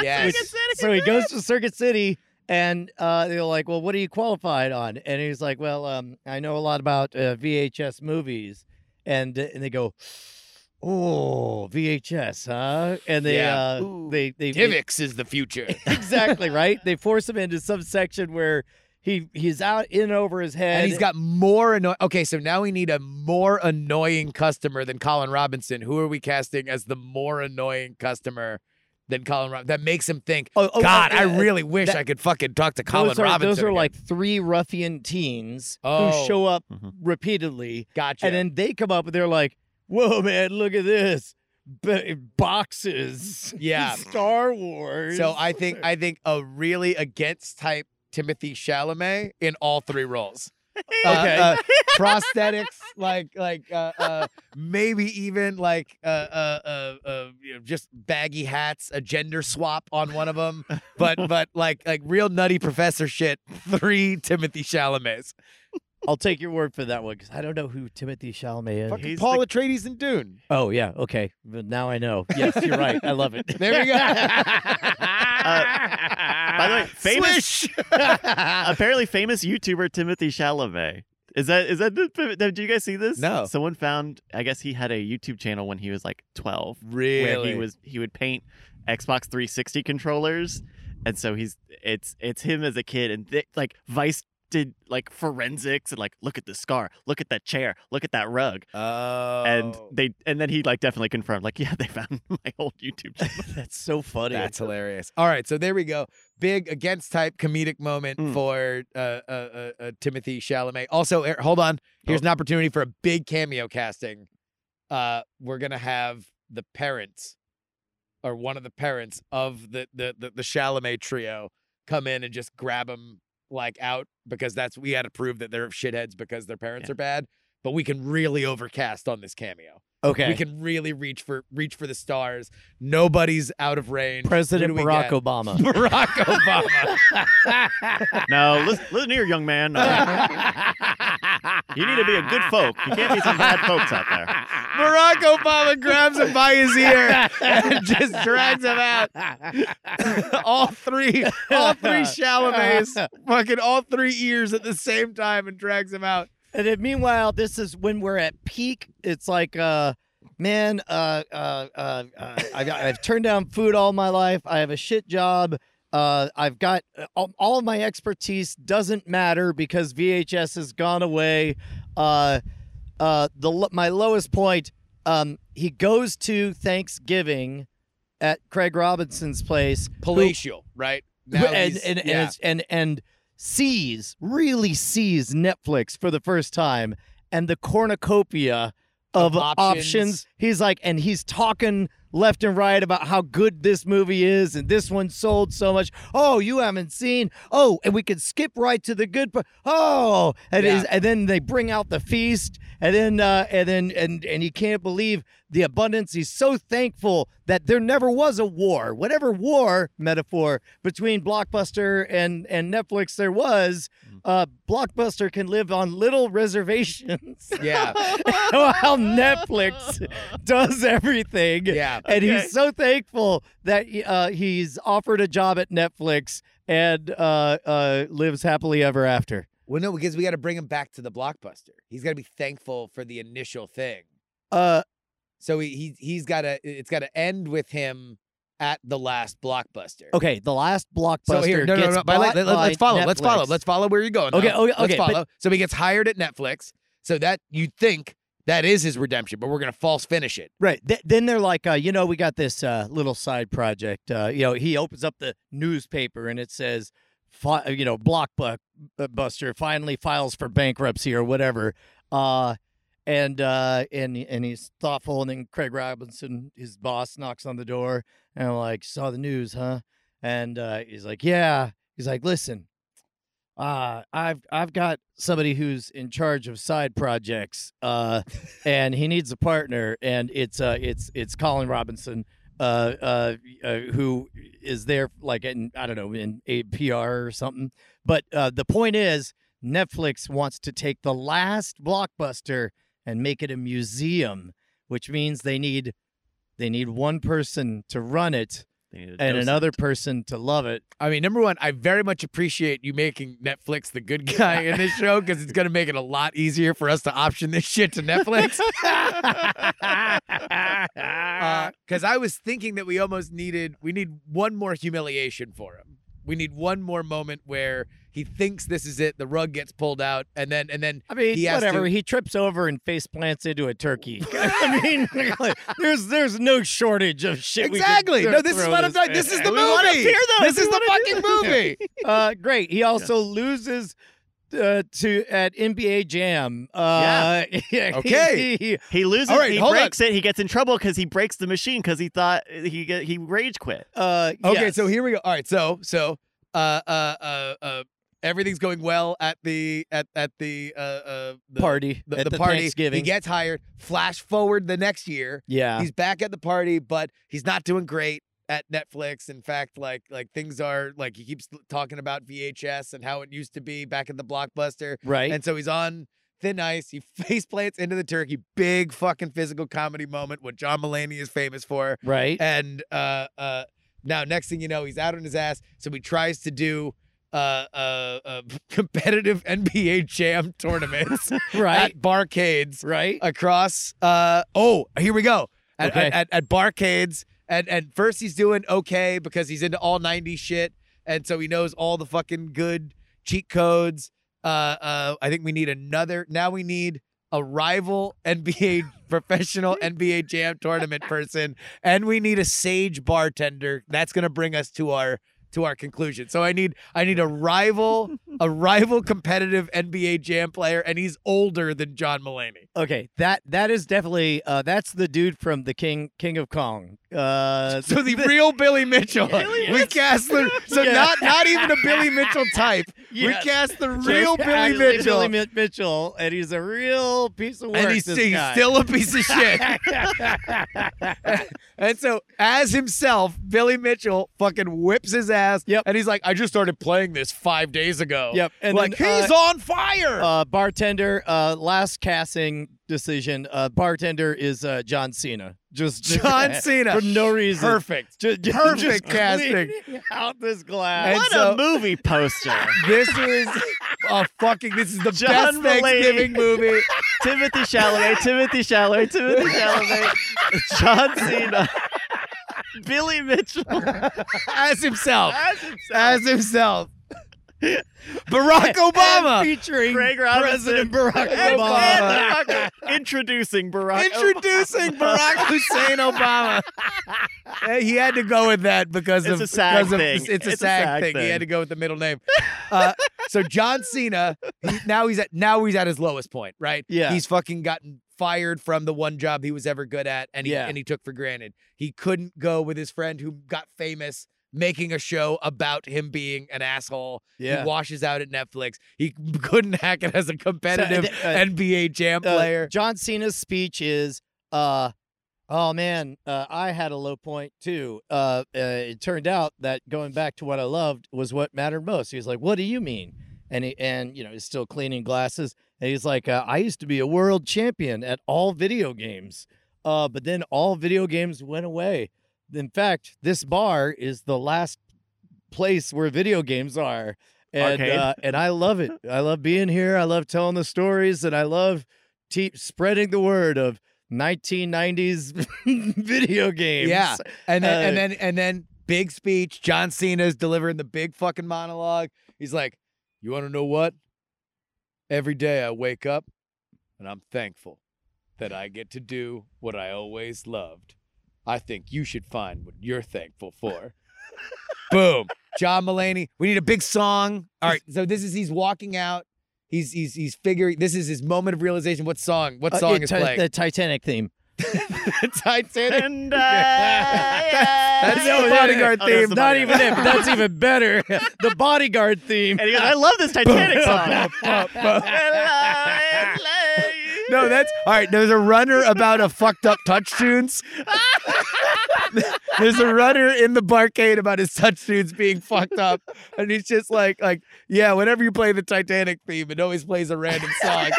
Speaker 2: Yes.
Speaker 3: Circuit City.
Speaker 1: So he goes to Circuit City, and uh they're like, "Well, what are you qualified on?" And he's like, "Well, um, I know a lot about uh, VHS movies," and uh, and they go. Oh, VHS, huh? And they
Speaker 2: Yeah.
Speaker 1: uh,
Speaker 3: Ooh.
Speaker 1: they they they-
Speaker 2: Divx is the future.
Speaker 1: exactly right. They force him into some section where He he's out in and over his head.
Speaker 2: And he's got more annoying. Okay, so now we need a more annoying customer than Colin Robinson. Who are we casting as the more annoying customer than Colin Robinson? That makes him think,
Speaker 1: Oh, oh,
Speaker 2: God,
Speaker 1: yeah,
Speaker 2: I really wish
Speaker 1: that-
Speaker 2: I could fucking talk to Colin
Speaker 1: those are,
Speaker 2: Robinson.
Speaker 1: Those are
Speaker 2: again."
Speaker 1: like three ruffian teens
Speaker 2: Oh.
Speaker 1: who show up
Speaker 3: Mhm.
Speaker 1: repeatedly,
Speaker 2: gotcha.
Speaker 1: and then they come up and they're like, "Whoa, man, look at this B- boxes,
Speaker 2: Yeah.
Speaker 1: Star Wars."
Speaker 2: so I think I think a really against type Timothy Chalamet in all three roles. Uh,
Speaker 1: Okay.
Speaker 2: uh, prosthetics, like like uh, uh, maybe even like uh, uh, uh, uh, you know, just baggy hats, a gender swap on one of them, but but like like real nutty professor shit. Three Timothy Chalamets,
Speaker 1: I'll take your word for that one because I don't know who Timothy Chalamet is.
Speaker 2: fucking
Speaker 3: He's
Speaker 2: Paul Atreides and Dune.
Speaker 1: Oh yeah, okay. But now I know. Yes, you're right. I love it.
Speaker 2: There we go.
Speaker 3: Uh, by the way, famous-
Speaker 2: Swish!
Speaker 3: Apparently, famous YouTuber Timothy Chalamet. Is that is that? Did you guys see this?
Speaker 2: No.
Speaker 3: Someone found. I guess he had a YouTube channel when he was like twelve.
Speaker 2: really,
Speaker 3: where he was he would paint Xbox 360 controllers, and so he's it's it's him as a kid, and th- like Vice did like forensics and like look at the scar, look at that chair, look at that rug,
Speaker 2: oh,
Speaker 3: and they and then he like definitely confirmed like yeah they found my old YouTube channel.
Speaker 1: That's so funny.
Speaker 2: That's hilarious. All right, so there we go. Big against type comedic moment
Speaker 1: Hmm.
Speaker 3: Mm.
Speaker 2: for uh, uh, uh, uh, Timothy Chalamet. Also, er, hold on. Here's
Speaker 1: Oh.
Speaker 2: an opportunity for a big cameo casting. Uh, we're gonna have the parents, or one of the parents of the the the, the Chalamet trio, come in and just grab them like out because that's we had to prove that they're shitheads because their parents
Speaker 3: Yeah.
Speaker 2: are bad. But we can really overcast on this cameo.
Speaker 1: Okay.
Speaker 2: We can really reach for reach for the stars. Nobody's out of range.
Speaker 1: President
Speaker 2: Who do we
Speaker 1: Barack
Speaker 2: get?
Speaker 1: Obama.
Speaker 2: Barack Obama.
Speaker 3: no, listen, listen here, young man. Uh, you need to be a good folk. You can't be some bad folks out there.
Speaker 2: Barack Obama grabs him by his ear and just drags him out. all three, all three Chalamets, fucking all three ears at the same time and drags him out.
Speaker 1: And then meanwhile, this is when we're at peak. It's like, uh, man, uh, uh, uh, uh, I've, I've turned down food all my life. I have a shit job. Uh, I've got all, all my expertise doesn't matter because VHS has gone away. Uh, uh, the lo- my lowest point. Um, he goes to Thanksgiving at Craig Robinson's place. who-
Speaker 2: Palatial, right? Now
Speaker 1: and
Speaker 2: he's-
Speaker 1: and, and,
Speaker 2: yeah.
Speaker 1: it's- and and sees really sees Netflix for the first time and the cornucopia of
Speaker 2: Of
Speaker 1: options.
Speaker 2: options.
Speaker 1: He's like, and he's talking left and right about how good this movie is, and this one sold so much. Oh, you haven't seen. Oh, and we could skip right to the good. part. Oh, and
Speaker 2: Yeah.
Speaker 1: is- and then they bring out the feast, and then uh, and then and and he can't believe the abundance. He's so thankful that there never was a war, whatever war metaphor between Blockbuster and and Netflix there was. Uh, Blockbuster can live on little reservations
Speaker 2: yeah,
Speaker 1: while Netflix does everything.
Speaker 2: yeah.
Speaker 1: And
Speaker 3: Okay.
Speaker 1: he's so thankful that uh, he's offered a job at Netflix and uh, uh, lives happily ever after.
Speaker 2: Well, no, because we got to bring him back to the blockbuster. He's got to be thankful for the initial thing.
Speaker 1: Uh,
Speaker 2: So he, he he's got to it's got to end with him at the last blockbuster.
Speaker 1: okay, the last blockbuster.
Speaker 2: So here, no, no,
Speaker 1: gets
Speaker 2: no. By, let,
Speaker 1: bought
Speaker 2: us
Speaker 1: by
Speaker 2: follow. Let's follow.
Speaker 1: Netflix.
Speaker 2: Let's follow where you're going.
Speaker 1: Okay,
Speaker 2: now.
Speaker 1: okay,
Speaker 2: Let's
Speaker 1: okay, but-
Speaker 2: follow. So he gets hired at Netflix. So that you think that is his redemption, but we're gonna false finish it.
Speaker 1: Right. Th- then they're like, uh, you know, we got this uh, little side project. Uh, you know, he opens up the newspaper and it says, fi- you know, Blockbuster finally files for bankruptcy or whatever. Uh, and uh, and and he's thoughtful. And then Craig Robinson, his boss, knocks on the door and I'm like, saw the news, huh? And uh, he's like, yeah. He's like, listen, uh, I've I've got somebody who's in charge of side projects, uh, and he needs a partner, and it's uh, it's it's Colin Robinson, uh, uh, uh, who is there like in I don't know in a PR or something. But uh, the point is, Netflix wants to take the last blockbuster and make it a museum, which means they need they need one person to run it
Speaker 3: They need to
Speaker 1: and
Speaker 3: dose
Speaker 1: another
Speaker 3: it.
Speaker 1: person to love it.
Speaker 2: I mean, number one, I very much appreciate you making Netflix the good guy in this show because it's gonna make it a lot easier for us to option this shit to Netflix.
Speaker 1: Uh,
Speaker 2: Uh, Because I was thinking that we almost needed we need one more humiliation for him. We need one more moment where he thinks this is it. The rug gets pulled out, and then and then
Speaker 1: I mean,
Speaker 2: He has
Speaker 1: whatever.
Speaker 2: to-
Speaker 1: He trips over and face plants into a turkey. I mean, like, there's there's no shortage of shit.
Speaker 2: exactly.
Speaker 1: We could
Speaker 2: No, this is
Speaker 1: throw
Speaker 2: what I'm
Speaker 1: this
Speaker 2: talking. Uh, This
Speaker 1: man.
Speaker 2: is the
Speaker 1: We want it
Speaker 2: movie.
Speaker 1: here, though,
Speaker 2: This
Speaker 1: if
Speaker 2: is
Speaker 1: we
Speaker 2: the
Speaker 1: wanna do
Speaker 2: fucking
Speaker 1: this.
Speaker 2: movie.
Speaker 1: Uh, great. He also loses. Uh, to at NBA Jam. Uh, yeah.
Speaker 2: Okay.
Speaker 1: he- he-
Speaker 3: He loses.
Speaker 2: All right,
Speaker 3: he
Speaker 2: hold on.
Speaker 3: breaks it. He gets in trouble because he breaks the machine because he thought he get- he rage quit.
Speaker 1: uh,
Speaker 2: Okay,
Speaker 1: yes.
Speaker 2: so here we go. All right, so so uh uh uh uh everything's going well at the at at the uh uh the
Speaker 1: party
Speaker 2: the,
Speaker 1: at
Speaker 2: the
Speaker 1: the
Speaker 2: party. He
Speaker 1: Thanksgiving.
Speaker 2: gets hired. Flash forward the next year.
Speaker 1: yeah.
Speaker 2: He's back at the party, but he's not doing great at Netflix. In fact, like like things are like he keeps talking about VHS and how it used to be back in the blockbuster.
Speaker 1: right.
Speaker 2: And so he's on thin ice. He face plants into the turkey. Big fucking physical comedy moment, what John Mulaney is famous for.
Speaker 1: right.
Speaker 2: And uh, uh, now, next thing you know, he's out on his ass. So he tries to do uh, uh, uh, competitive NBA jam tournaments
Speaker 1: right.
Speaker 2: at barcades
Speaker 1: right.
Speaker 2: across. Uh, oh, here we go. At,
Speaker 1: Okay.
Speaker 2: at, at, at barcades. And, and first, he's doing okay because he's into all 90s shit. And so he knows all the fucking good cheat codes. Uh, uh, I think we need another. Now we need a rival NBA professional NBA Jam tournament person, and we need a sage bartender. That's gonna bring us to our to our conclusion. So I need I need a rival a rival competitive NBA Jam player, and he's older than John Mulaney.
Speaker 1: okay. That that is definitely uh, that's the dude from the King King of Kong. Uh,
Speaker 2: So the real Billy Mitchell.
Speaker 1: Really?
Speaker 2: We cast the so
Speaker 1: Yeah.
Speaker 2: not not even a Billy Mitchell type.
Speaker 1: yes.
Speaker 2: We cast the real
Speaker 1: Just
Speaker 2: Billy
Speaker 1: actually
Speaker 2: Mitchell.
Speaker 1: Billy Mi- Mitchell, and he's a real piece of work.
Speaker 2: and he's,
Speaker 1: this
Speaker 2: he's
Speaker 1: guy.
Speaker 2: still a piece of shit. and so, as himself, Billy Mitchell fucking whips his ass.
Speaker 1: Yep.
Speaker 2: And he's like, I just started playing this five days ago.
Speaker 1: Yep. And
Speaker 2: like,
Speaker 1: then,
Speaker 2: he's
Speaker 1: uh,
Speaker 2: on fire.
Speaker 1: uh, bartender. Uh, last casting decision. Uh, bartender is uh, John Cena. Just
Speaker 2: John Cena.
Speaker 1: for no reason.
Speaker 2: Perfect.
Speaker 1: Just, just
Speaker 2: perfect casting.
Speaker 1: cleaning Out this glass.
Speaker 2: And
Speaker 3: what
Speaker 2: so-
Speaker 3: a movie poster!
Speaker 2: This is a fucking, this is the
Speaker 3: John
Speaker 2: best
Speaker 3: Mulaney.
Speaker 2: Thanksgiving movie.
Speaker 3: Timothy Chalamet, Timothy Chalamet, Timothy Chalamet, John Cena, Billy Mitchell.
Speaker 2: As himself.
Speaker 3: As himself.
Speaker 2: As himself. Barack Obama.
Speaker 1: And featuring
Speaker 3: Craig Robinson,
Speaker 1: President Barack
Speaker 3: and-
Speaker 1: Obama.
Speaker 3: and the fucker introducing Barack Obama.
Speaker 2: Introducing Barack Hussein Obama. Uh, he had to go with that because
Speaker 3: It's
Speaker 2: of
Speaker 3: a SAG
Speaker 2: because of-
Speaker 3: thing.
Speaker 2: It's, it's a
Speaker 3: It's a
Speaker 2: SAG
Speaker 3: SAG
Speaker 2: thing. He
Speaker 3: thing.
Speaker 2: had to go with the middle name. Uh, so John Cena, he- now he's at now he's at his lowest point, right?
Speaker 1: Yeah.
Speaker 2: he's fucking gotten fired from the one job he was ever good at, and he
Speaker 1: Yeah.
Speaker 2: and he took for granted. He couldn't go with his friend who got famous. Making a show about him being an asshole.
Speaker 1: Yeah.
Speaker 2: He washes out at Netflix. He couldn't hack it as a competitive
Speaker 1: th- uh,
Speaker 2: NBA jam
Speaker 1: uh,
Speaker 2: player.
Speaker 1: John Cena's speech is, uh, "Oh man, uh, I had a low point too. Uh, uh, it turned out that going back to what I loved was what mattered most." He's like, "What do you mean?" And he, and you know he's still cleaning glasses, and he's like, uh, "I used to be a world champion at all video games, uh, but then all video games went away. In fact, this bar is the last place where video games are." And
Speaker 3: Arcade.
Speaker 1: uh, and I love it. I love being here. I love telling the stories, and I love te- spreading the word of 1990s video games.
Speaker 2: Yeah. And then, and
Speaker 1: Uh,
Speaker 2: then, and then, big speech. John Cena's delivering the big fucking monologue. He's like, "You want to know what? Every day I wake up, and I'm thankful that I get to do what I always loved. I think you should find what you're thankful for." Boom. John Mulaney. We need a big song. All right. So this is he's walking out. He's he's he's figuring. This is his moment of realization. What song? What
Speaker 1: Uh,
Speaker 2: song
Speaker 1: yeah,
Speaker 2: is
Speaker 1: Ti-
Speaker 2: playing?
Speaker 1: The Titanic theme.
Speaker 2: Titanic.
Speaker 3: And I-
Speaker 2: That's the
Speaker 3: Oh,
Speaker 1: no,
Speaker 2: bodyguard
Speaker 3: oh, that's
Speaker 2: theme.
Speaker 3: the
Speaker 1: Not
Speaker 3: bodyguard.
Speaker 1: even it. but That's even better. the bodyguard theme.
Speaker 3: And he goes, I love this Titanic song.
Speaker 2: No, that's all right. There's a runner about a fucked up touch tunes. There's a runner in the barcade about his touch tunes being fucked up, and he's just like, like, yeah. Whenever you play the Titanic theme, it always plays a random song.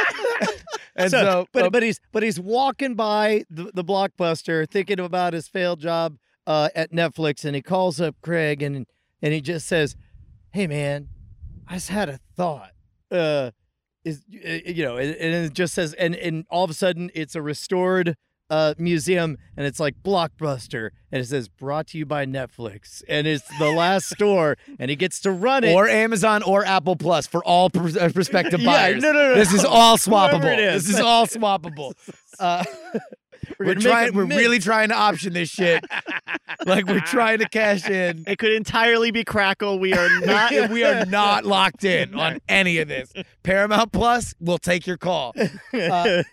Speaker 2: and so,
Speaker 1: but
Speaker 2: uh,
Speaker 1: but he's but he's walking by the, the blockbuster, thinking about his failed job uh, at Netflix, and he calls up Craig and and he just says, "Hey man, I just had a thought. Uh, is uh, you know, and, and it just says, and and all of a sudden it's a restored uh, museum and it's like Blockbuster and it says brought to you by Netflix and it's the last store and he gets to run it.
Speaker 2: or Amazon or Apple Plus for all pr- uh, prospective
Speaker 1: yeah,
Speaker 2: buyers.
Speaker 1: no, no, no.
Speaker 2: This is all swappable.
Speaker 1: Whoever it is.
Speaker 2: This is all swappable. Uh,
Speaker 1: We're
Speaker 2: we're
Speaker 1: gonna make
Speaker 2: trying.
Speaker 1: a
Speaker 2: We're
Speaker 1: mint.
Speaker 2: really trying to option this shit. like we're trying to cash in.
Speaker 3: It could entirely be Crackle. We are not.
Speaker 2: Not, we are not locked in on any of this. Paramount Plus, we'll take your call. Uh,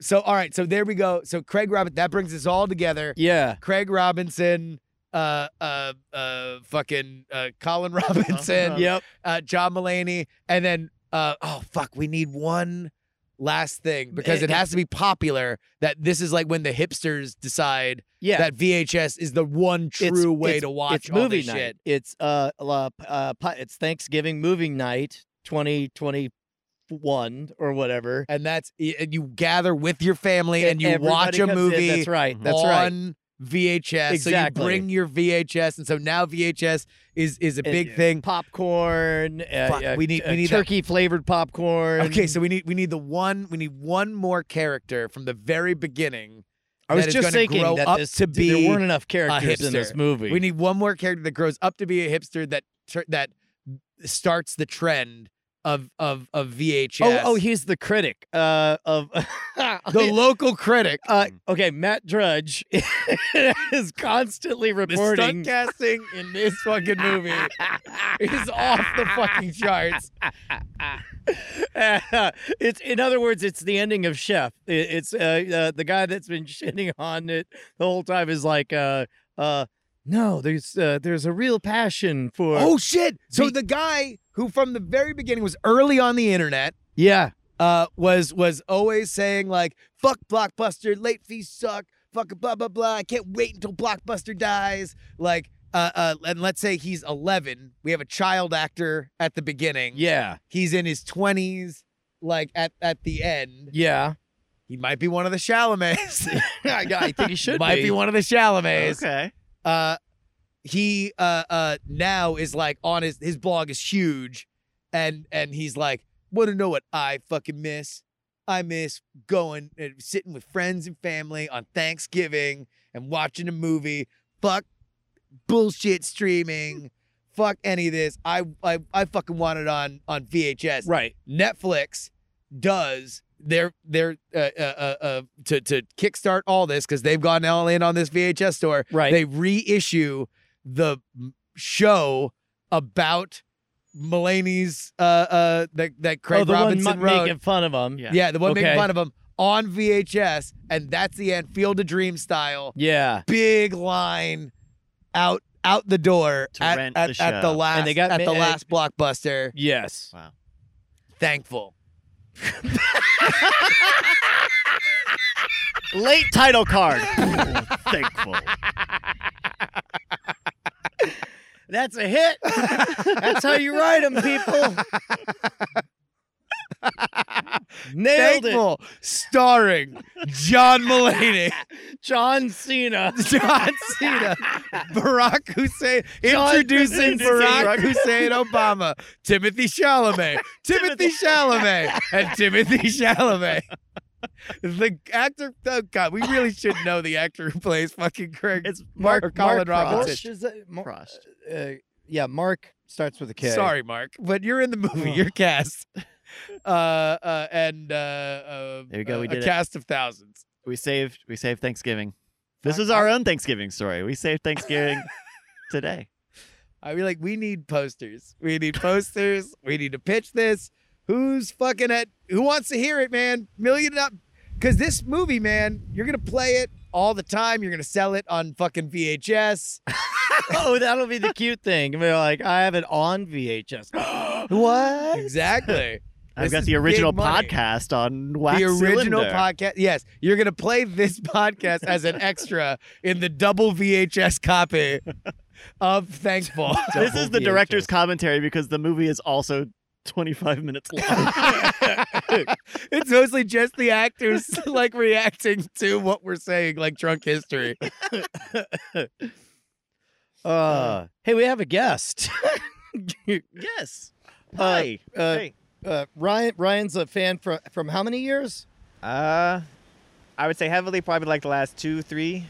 Speaker 2: so, all right. So there we go. So Craig Robin, that brings us all together.
Speaker 1: yeah.
Speaker 2: Craig Robinson, uh, uh, uh, fucking uh, Colin
Speaker 1: Uh-huh.
Speaker 2: Robinson,
Speaker 3: Robinson.
Speaker 1: Yep.
Speaker 2: uh, John Mulaney, and then uh, oh fuck, we need one last thing
Speaker 1: Eh,
Speaker 2: because it has to be popular. That this is like when the hipsters decide
Speaker 1: Yeah.
Speaker 2: that VHS is the one true
Speaker 1: It's-
Speaker 2: way
Speaker 1: it's-
Speaker 2: to watch
Speaker 1: it's
Speaker 2: all
Speaker 1: movie
Speaker 2: this
Speaker 1: night.
Speaker 2: shit.
Speaker 1: It's uh, la- uh pi- it's Thanksgiving movie night 2021 or whatever.
Speaker 2: And that's and you gather with your family and, you
Speaker 1: everybody
Speaker 2: watch a
Speaker 1: comes in.
Speaker 2: movie.
Speaker 1: That's right. That's right.
Speaker 2: on VHS. So
Speaker 1: Exactly.
Speaker 2: you bring your VHS, and so now VHS is is a
Speaker 1: And-
Speaker 2: big thing.
Speaker 1: Popcorn. Uh,
Speaker 2: Fuck,
Speaker 1: uh,
Speaker 2: we need-
Speaker 1: uh,
Speaker 2: we need that.
Speaker 1: turkey flavored popcorn.
Speaker 2: Okay, so we need we need the one we need one more character from the very beginning.
Speaker 1: I was
Speaker 2: that is
Speaker 1: just
Speaker 2: gonna
Speaker 1: thinking
Speaker 2: grow
Speaker 1: that
Speaker 2: up
Speaker 1: this,
Speaker 2: to be
Speaker 1: there weren't enough characters in this
Speaker 2: hipster.
Speaker 1: movie.
Speaker 2: We need one more character that grows up to be a hipster that tur- that starts the trend of of of VHS.
Speaker 1: Oh, oh, he's the critic uh, of
Speaker 2: the Mm. local critic.
Speaker 1: uh, okay, Matt Drudge is constantly
Speaker 2: The stunt
Speaker 1: reporting.
Speaker 2: casting in this fucking movie is off the fucking charts.
Speaker 1: it's in other words, it's the ending of Chef. I- It's uh, uh, the guy that's been shitting on it the whole time is like, uh, uh, no, there's uh, there's a real passion for.
Speaker 2: Oh shit! So
Speaker 1: Be-
Speaker 2: the guy who from the very beginning was early on the internet
Speaker 1: yeah,
Speaker 2: uh, was was always saying like "fuck Blockbuster, late fees suck, fuck blah blah blah. I can't wait until Blockbuster dies." Like, uh, uh, and let's say he's 11. We have a child actor at the beginning.
Speaker 1: yeah,
Speaker 2: he's in his 20s. Like at at the end,
Speaker 1: yeah.
Speaker 2: he might be one of the Chalamets.
Speaker 1: I, I think he should
Speaker 2: might be. one of the Chalamets.
Speaker 3: okay.
Speaker 2: Uh, he uh uh now is like on his his blog is huge and and he's like want to know what i fucking miss i miss going and sitting with friends and family on thanksgiving and watching a movie fuck bullshit streaming fuck any of this i i, I fucking want it on on vhs
Speaker 1: Right.
Speaker 2: Netflix does their their uh, uh, uh, uh, to to kickstart all this because they've gone all in on this VHS store.
Speaker 1: Right.
Speaker 2: They reissue the m- show about Mulaney's uh uh that that Craig
Speaker 1: oh, the
Speaker 2: Robinson
Speaker 1: one ma-
Speaker 2: wrote.
Speaker 1: making fun of him.
Speaker 3: Yeah.
Speaker 2: yeah. the one making
Speaker 1: Okay.
Speaker 2: fun of him on VHS, and that's the end. Field of Dream style,
Speaker 1: yeah.
Speaker 2: big line out out the door
Speaker 3: To
Speaker 2: at,
Speaker 3: rent
Speaker 2: at,
Speaker 3: the
Speaker 2: at the
Speaker 3: show.
Speaker 2: last
Speaker 1: And they got
Speaker 2: at
Speaker 1: ma- uh, and-
Speaker 2: the last blockbuster.
Speaker 1: Yes.
Speaker 2: Thankful.
Speaker 3: Late title card. Thankful.
Speaker 1: That's a hit. That's how you write them, people. Nailed
Speaker 2: Thankful, starring John Mulaney,
Speaker 1: it. John Cena.
Speaker 2: John Cena, Barack Hussein,
Speaker 1: Hussein.
Speaker 2: introducing Barack Hussein Obama, Timothy Chalamet, Timothy Chalamet, and Timothy Chalamet. The actor, oh God, we really should know the actor who plays fucking Craig.
Speaker 3: It's
Speaker 2: Mark-
Speaker 3: Mark
Speaker 2: or Colin Robinson.
Speaker 1: Marsh, is that- Mar-
Speaker 3: Frost.
Speaker 1: uh, yeah, Mark starts with a K.
Speaker 2: Sorry, Mark, but you're in the movie.
Speaker 1: Ugh.
Speaker 2: You're cast. Uh, uh, and uh, uh,
Speaker 3: There you go, we
Speaker 2: a
Speaker 3: did it.
Speaker 2: cast of thousands.
Speaker 3: We saved. We saved Thanksgiving. This
Speaker 2: Fuck,
Speaker 3: is our own Thanksgiving story. We saved Thanksgiving today.
Speaker 2: I'd be like, we need posters. We need posters. we need to pitch this. Who's fucking at? Who wants to hear it, man? Million up. Because this movie, man, you're going to play it all the time. You're going to sell it on fucking VHS.
Speaker 1: oh, that'll be the cute thing. We're like, I have it on VHS.
Speaker 2: what? Exactly.
Speaker 3: I've
Speaker 2: This
Speaker 3: got
Speaker 2: is
Speaker 3: the original
Speaker 2: big money.
Speaker 3: podcast on wax
Speaker 2: the original
Speaker 3: cylinder.
Speaker 2: podcast. Yes. You're going to play this podcast as an extra in the double VHS copy of Thankful.
Speaker 3: This is the
Speaker 1: VHS.
Speaker 3: director's commentary because the movie is also 25 minutes long.
Speaker 2: it's mostly just the actors like reacting to what we're saying, like drunk history.
Speaker 1: Uh, hey, we have a guest.
Speaker 3: yes.
Speaker 1: Uh,
Speaker 3: Hi.
Speaker 1: uh,
Speaker 3: hey.
Speaker 1: uh, Ryan Ryan's a fan from from how many years?
Speaker 4: Uh, I I would say heavily probably like the last two, three.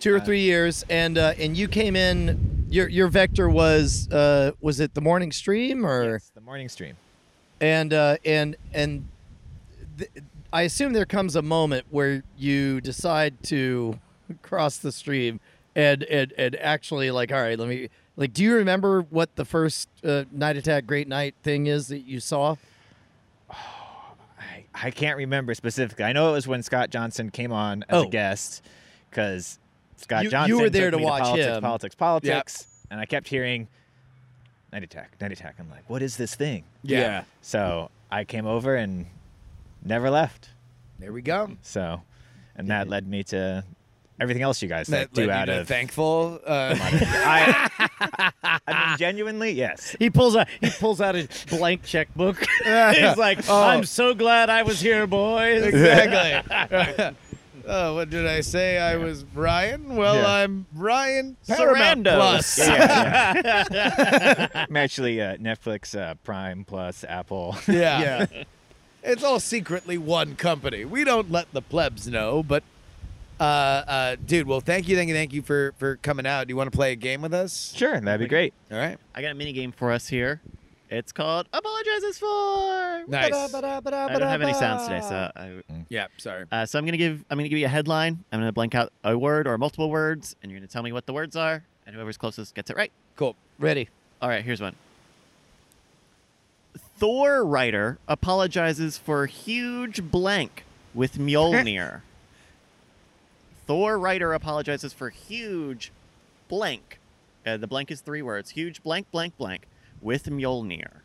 Speaker 1: two or
Speaker 4: Uh,
Speaker 1: three years, and uh, and you came in. Your your vector was uh, was it the morning stream or
Speaker 4: Yes, the morning stream.
Speaker 1: and uh, and and th- I assume there comes a moment where you decide to cross the stream and and and actually like all right, let me like. Do you remember what the first uh, night attack great night thing is that you saw?
Speaker 4: I, I can't remember specifically. I know it was when Scott Johnson came on as
Speaker 1: Oh.
Speaker 4: a guest because Scott
Speaker 1: You- you
Speaker 4: Johnson
Speaker 1: were there to
Speaker 4: took me
Speaker 1: watch
Speaker 4: politics,
Speaker 1: him.
Speaker 4: politics, politics, and I kept hearing night attack, night attack. I'm like, what is this thing?
Speaker 2: Yeah.
Speaker 4: So I came over and never left.
Speaker 2: There we go.
Speaker 4: So, and that led me to everything else you guys
Speaker 2: That
Speaker 4: like, do
Speaker 2: led
Speaker 4: out
Speaker 2: you to
Speaker 4: of.
Speaker 2: thankful. Uh,
Speaker 4: I, I mean, genuinely, yes.
Speaker 1: He pulls out he pulls out his blank checkbook. He's like,
Speaker 2: Oh.
Speaker 1: I'm so glad I was here, boys.
Speaker 2: exactly. Uh, what did I say? I was Brian. Well,
Speaker 4: Yeah.
Speaker 2: I'm Brian Paramount
Speaker 4: Sarando.
Speaker 2: Plus.
Speaker 4: Yeah, yeah, yeah. I'm actually uh, Netflix, uh, Prime Plus, Apple.
Speaker 2: Yeah. it's all secretly one company. We don't let the plebs know, but uh, uh, dude, well, thank you, thank you, thank you for for coming out. Do you want to play a game with us?
Speaker 4: sure, that'd be great.
Speaker 2: All right.
Speaker 3: I got a mini game for us here. It's called Apologizes for.
Speaker 2: Nice.
Speaker 3: I don't have any sounds today, so I,
Speaker 2: Yeah. Sorry.
Speaker 3: uh, so I'm gonna give I'm gonna give you a headline. I'm gonna blank out a word or multiple words, and you're gonna tell me what the words are, and whoever's closest gets it right.
Speaker 2: Cool.
Speaker 1: Ready.
Speaker 3: All right, here's one. Thor writer apologizes for huge blank with Mjolnir. Thor writer apologizes for huge blank. Uh, the blank is three words. Huge blank blank blank with Mjolnir.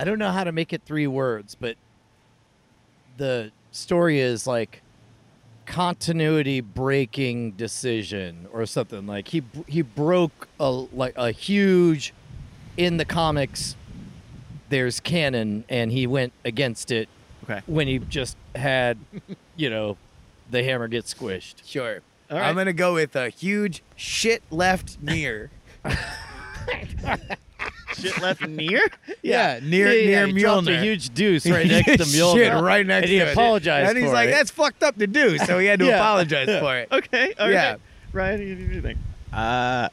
Speaker 1: I don't know how to make it three words, but the story is like continuity breaking decision or something like he he broke a like a huge in the comics there's canon and he went against it
Speaker 3: Okay.
Speaker 1: when he just had you know the hammer get squished
Speaker 2: Sure.
Speaker 3: All right.
Speaker 2: I'm gonna go with a huge shit left near.
Speaker 3: Shit left near.
Speaker 2: yeah, near
Speaker 1: yeah,
Speaker 2: near
Speaker 1: he dropped a
Speaker 2: Mjolnir.
Speaker 1: huge deuce right next to Mjolnir
Speaker 2: Shit, right next
Speaker 1: and he
Speaker 2: to it.
Speaker 1: apologized
Speaker 2: And he's
Speaker 1: for
Speaker 2: like,
Speaker 1: it.
Speaker 2: "That's fucked up to do," so he had to
Speaker 1: Yeah.
Speaker 2: apologize for it.
Speaker 3: Okay. All right.
Speaker 2: Yeah.
Speaker 3: Ryan, you do your thing.
Speaker 4: Uh,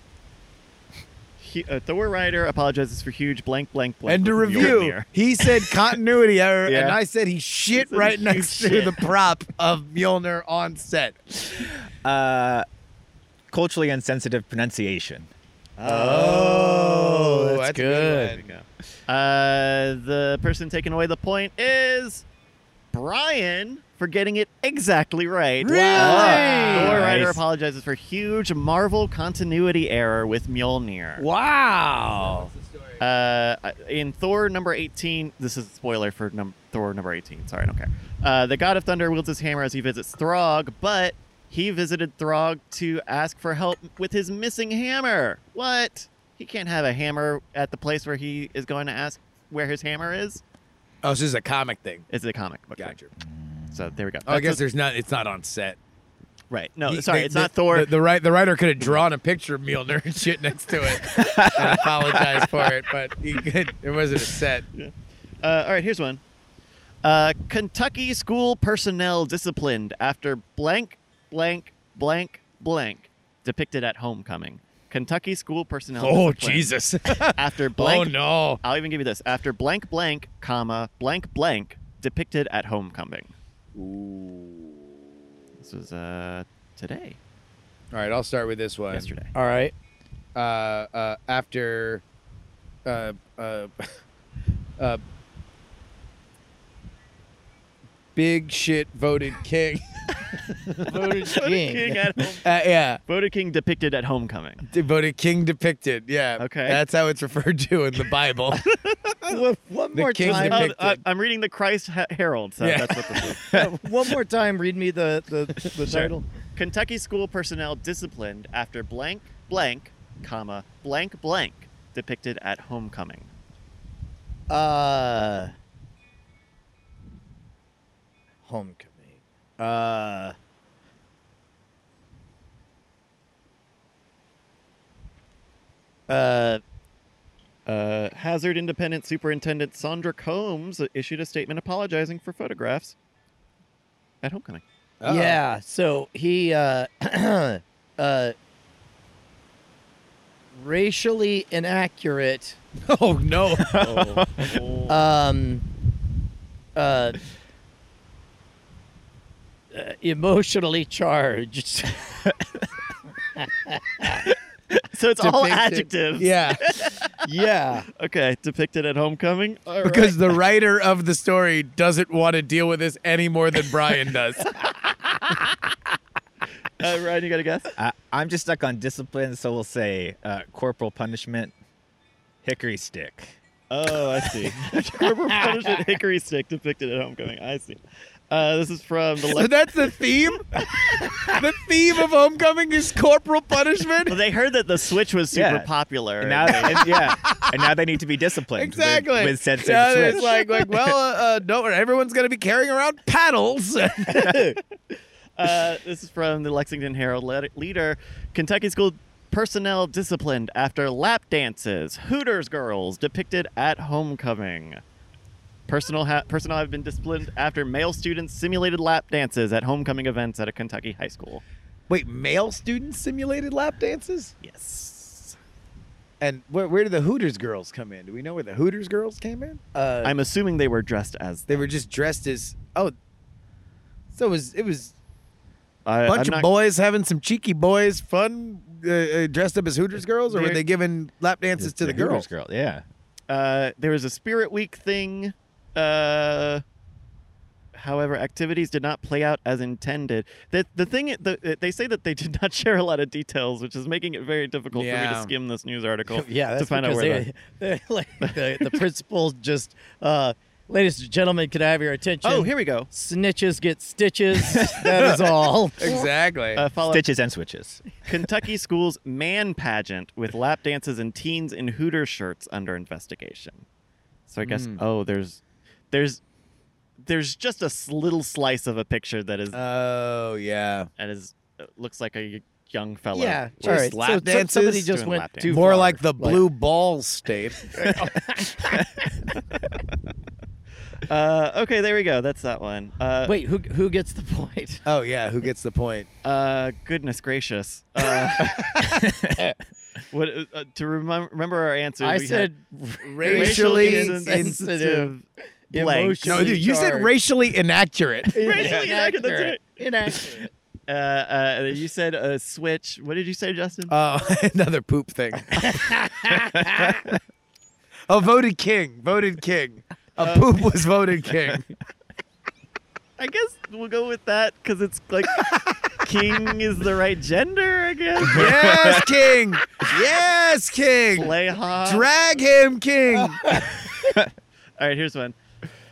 Speaker 3: Hu uh, Thor writer apologizes for huge blank blank blank.
Speaker 2: And to
Speaker 3: with
Speaker 2: review,
Speaker 3: Mjolnir.
Speaker 2: he said continuity error,
Speaker 4: Yeah.
Speaker 2: and I said he shit
Speaker 3: He said
Speaker 2: right
Speaker 3: huge
Speaker 2: next to
Speaker 3: shit.
Speaker 2: the prop of Mjolnir on set.
Speaker 4: uh, culturally insensitive pronunciation.
Speaker 2: Oh,
Speaker 1: that's good.
Speaker 2: one.
Speaker 3: There we go. Uh, the person taking away the point is Brian for getting it exactly right.
Speaker 2: Really?
Speaker 3: Wow. Thor writer
Speaker 4: Nice.
Speaker 3: apologizes for huge Marvel continuity error with Mjolnir.
Speaker 1: wow
Speaker 3: Uh, in Thor number 18, this is a spoiler for num- Thor number 18. Sorry, I don't care. Uh, the God of Thunder wields his hammer as he visits Throg, but he visited Throg to ask for help with his missing hammer. What? He can't have a hammer at the place where he is going to ask where his hammer is?
Speaker 2: Oh, this is a comic thing.
Speaker 3: It's a comic book. thing.
Speaker 2: Gotcha.
Speaker 3: So there we go.
Speaker 2: Oh, I
Speaker 3: That's
Speaker 2: guess
Speaker 3: what-
Speaker 2: there's not. It's not on set.
Speaker 3: right.
Speaker 1: Oh,
Speaker 3: No,
Speaker 2: He-
Speaker 3: sorry,
Speaker 2: the-
Speaker 3: it's
Speaker 2: the-
Speaker 3: not Thor.
Speaker 2: The, the, wri- the writer could have drawn a picture of Mjolnir and shit next to it and apologized for it, but he could, it wasn't a set.
Speaker 3: Uh, all right, here's one. Uh, Kentucky school personnel disciplined after blank, blank, blank, blank depicted at homecoming. Kentucky school personnel.
Speaker 2: Oh,
Speaker 3: disciplined
Speaker 2: Jesus.
Speaker 3: After
Speaker 2: oh,
Speaker 3: blank.
Speaker 2: no.
Speaker 3: I'll even give you this. After blank, blank, comma, blank, blank depicted at homecoming. Ooh. This was uh today,
Speaker 2: All right, I'll start with this one.
Speaker 3: yesterday.
Speaker 1: all right
Speaker 2: uh, uh, after uh, uh, uh, big shit voted king.
Speaker 1: voted
Speaker 3: King at home.
Speaker 2: Uh, yeah,
Speaker 3: Voted King depicted at homecoming.
Speaker 2: d- voted king depicted. Yeah,
Speaker 3: Okay.
Speaker 2: that's how it's referred to in the Bible.
Speaker 1: one, one
Speaker 2: The
Speaker 1: more
Speaker 2: king's
Speaker 1: time.
Speaker 2: depict-
Speaker 3: Oh,
Speaker 2: Depicted.
Speaker 3: I, I'm reading the Christ He- Herald, so
Speaker 2: Yeah.
Speaker 3: that's what this is.
Speaker 1: one more time. Read me the the, the
Speaker 3: Sure.
Speaker 1: title.
Speaker 3: Kentucky school personnel disciplined after blank, blank, comma, blank, blank, depicted at homecoming.
Speaker 1: Uh, homecoming. Uh, uh,
Speaker 3: Uh, Hazard Independent Superintendent Sandra Combs issued a statement apologizing for photographs at homecoming.
Speaker 2: Uh-oh.
Speaker 1: Yeah. So he uh, uh, racially inaccurate
Speaker 2: Oh no.
Speaker 3: Oh.
Speaker 1: um, uh, uh, emotionally charged.
Speaker 3: so it's all
Speaker 2: Depicted-
Speaker 3: adjectives.
Speaker 2: Yeah.
Speaker 1: yeah.
Speaker 3: Okay. Depicted at homecoming. Uh, All right.
Speaker 2: Because the writer of the story doesn't want to deal with this any more than Brian does.
Speaker 3: uh, Ryan, you got a guess?
Speaker 4: I, I'm just stuck on discipline, so we'll say uh, corporal punishment, hickory stick.
Speaker 3: Oh, I see. Corporal punishment hickory stick depicted at homecoming. I see. Uh, this is from the.
Speaker 2: So
Speaker 3: Le-
Speaker 2: that's the theme? the theme of homecoming is corporal punishment?
Speaker 3: well, they heard that the Switch was super
Speaker 4: Yeah.
Speaker 3: popular.
Speaker 4: And now, and- yeah, and now they need to be disciplined. with-
Speaker 2: Exactly.
Speaker 4: With, said same
Speaker 2: Yeah, it's
Speaker 4: switch.
Speaker 2: like, like, well, uh, uh, don't worry. Everyone's going to be carrying around paddles.
Speaker 3: Uh, this is from the Lexington Herald le- leader. Kentucky school personnel disciplined after lap dances. Hooters girls depicted at homecoming. Personal ha- personnel have been disciplined after male students simulated lap dances at homecoming events at a Kentucky high school.
Speaker 2: Wait, male students simulated lap dances?
Speaker 3: Yes.
Speaker 2: And where, where do the Hooters girls come in? Do we know where the Hooters girls came in?
Speaker 1: Uh,
Speaker 3: I'm assuming they were dressed as.
Speaker 2: They were just dressed as oh. So it was it was
Speaker 3: I-
Speaker 4: Uh,
Speaker 2: a bunch
Speaker 3: I'm
Speaker 2: of
Speaker 3: not-
Speaker 2: boys having some cheeky boys fun uh, uh, dressed up as Hooters girls, or were
Speaker 3: They're-
Speaker 2: they giving lap dances to the, girls?
Speaker 4: Hooters girl. Yeah.
Speaker 3: Uh, there was a Spirit Week thing. Uh, however, activities did not play out as intended. The the thing the, they say that they did not share a lot of details, which is making it very difficult for me
Speaker 2: Yeah.
Speaker 3: to skim this news article.
Speaker 1: yeah, that's
Speaker 3: to find out
Speaker 1: because
Speaker 3: where.
Speaker 1: they, they- like, the, the principal just, uh, ladies and gentlemen, could I have your
Speaker 3: the-
Speaker 1: attention?
Speaker 3: oh, here we go.
Speaker 1: Snitches get stitches. that is all.
Speaker 2: Exactly.
Speaker 3: Uh, follow
Speaker 4: Stitches and switches.
Speaker 3: Kentucky schools man pageant with lap dances and teens in Hooters shirts under investigation. So I guess
Speaker 1: Hmm.
Speaker 2: Mm.
Speaker 3: oh, there's there's there's just a s- little slice of a picture that
Speaker 1: Uh.
Speaker 3: is
Speaker 2: oh yeah,
Speaker 3: and is uh, looks like a young fellow.
Speaker 1: Yeah,
Speaker 3: with-
Speaker 1: all right.
Speaker 2: lap
Speaker 1: so, so somebody
Speaker 2: dances?
Speaker 1: just
Speaker 3: Doing
Speaker 1: went
Speaker 3: lap
Speaker 1: too
Speaker 2: more
Speaker 1: far.
Speaker 2: like the blue ball state.
Speaker 3: Uh, okay, there we go. That's that one. Uh,
Speaker 1: Wait, who who gets the point?
Speaker 2: oh yeah, who gets the point?
Speaker 3: Uh, goodness gracious. Uh, what uh, to remem- remember our answers?
Speaker 1: I
Speaker 3: we had
Speaker 1: said
Speaker 2: Racially
Speaker 1: insensitive,
Speaker 3: blanks.
Speaker 1: emotionally charged.
Speaker 2: racially inaccurate.
Speaker 3: Racially inaccurate, that's right.
Speaker 1: Inaccurate.
Speaker 3: Uh, uh, you said a switch. What did you say, Justin?
Speaker 2: Uh, another poop thing. oh, voted king. Voted king. A poop was voted king.
Speaker 3: I guess we'll go with that because it's like king is the right gender. I guess.
Speaker 2: Yes, king. Yes, king.
Speaker 3: Play hot.
Speaker 2: Drag him, king.
Speaker 3: All right, here's one.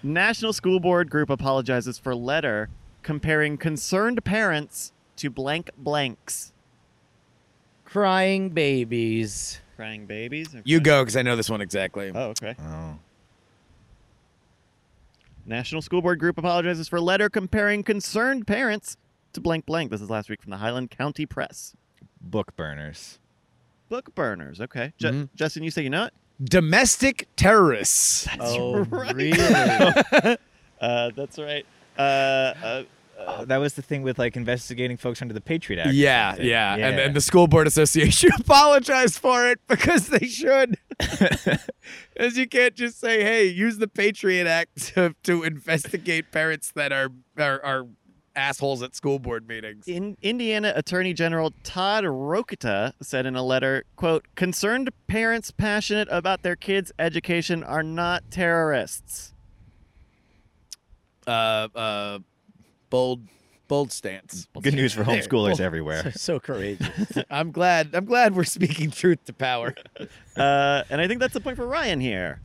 Speaker 3: National School Board group apologizes for letter comparing concerned parents to blank blanks.
Speaker 1: Crying babies.
Speaker 3: Crying babies. or
Speaker 2: You
Speaker 3: crying-
Speaker 2: go, because I know this one exactly.
Speaker 3: Oh, okay.
Speaker 4: Oh.
Speaker 3: National School Board group apologizes for letter comparing concerned parents to blank blank. This is last week from the Highland County Press.
Speaker 4: Book burners.
Speaker 3: Book burners. Okay. Ju-
Speaker 2: Mhm.
Speaker 3: Justin, you say you know it?
Speaker 2: Domestic terrorists.
Speaker 1: oh,
Speaker 3: right.
Speaker 1: really?
Speaker 3: Uh, that's right. Uh, uh,
Speaker 4: Oh, that was the thing with like investigating folks under the Patriot Act. or
Speaker 2: Yeah,
Speaker 4: something.
Speaker 2: yeah, And then the school board association apologized for it because they should. As you can't just say, "Hey, use the Patriot Act to, to investigate parents that are, are are assholes at school board meetings."
Speaker 3: in Indiana Attorney General Todd Rokita said in a letter, quote, concerned parents passionate about their kids' education are not terrorists.
Speaker 2: Uh, uh, bold, bold stance.
Speaker 4: Good news for
Speaker 1: There.
Speaker 4: homeschoolers
Speaker 1: Oh. so,
Speaker 4: everywhere.
Speaker 1: so courageous.
Speaker 2: I'm glad. I'm glad we're speaking truth to power.
Speaker 3: Uh, and I think that's the point for Ryan here.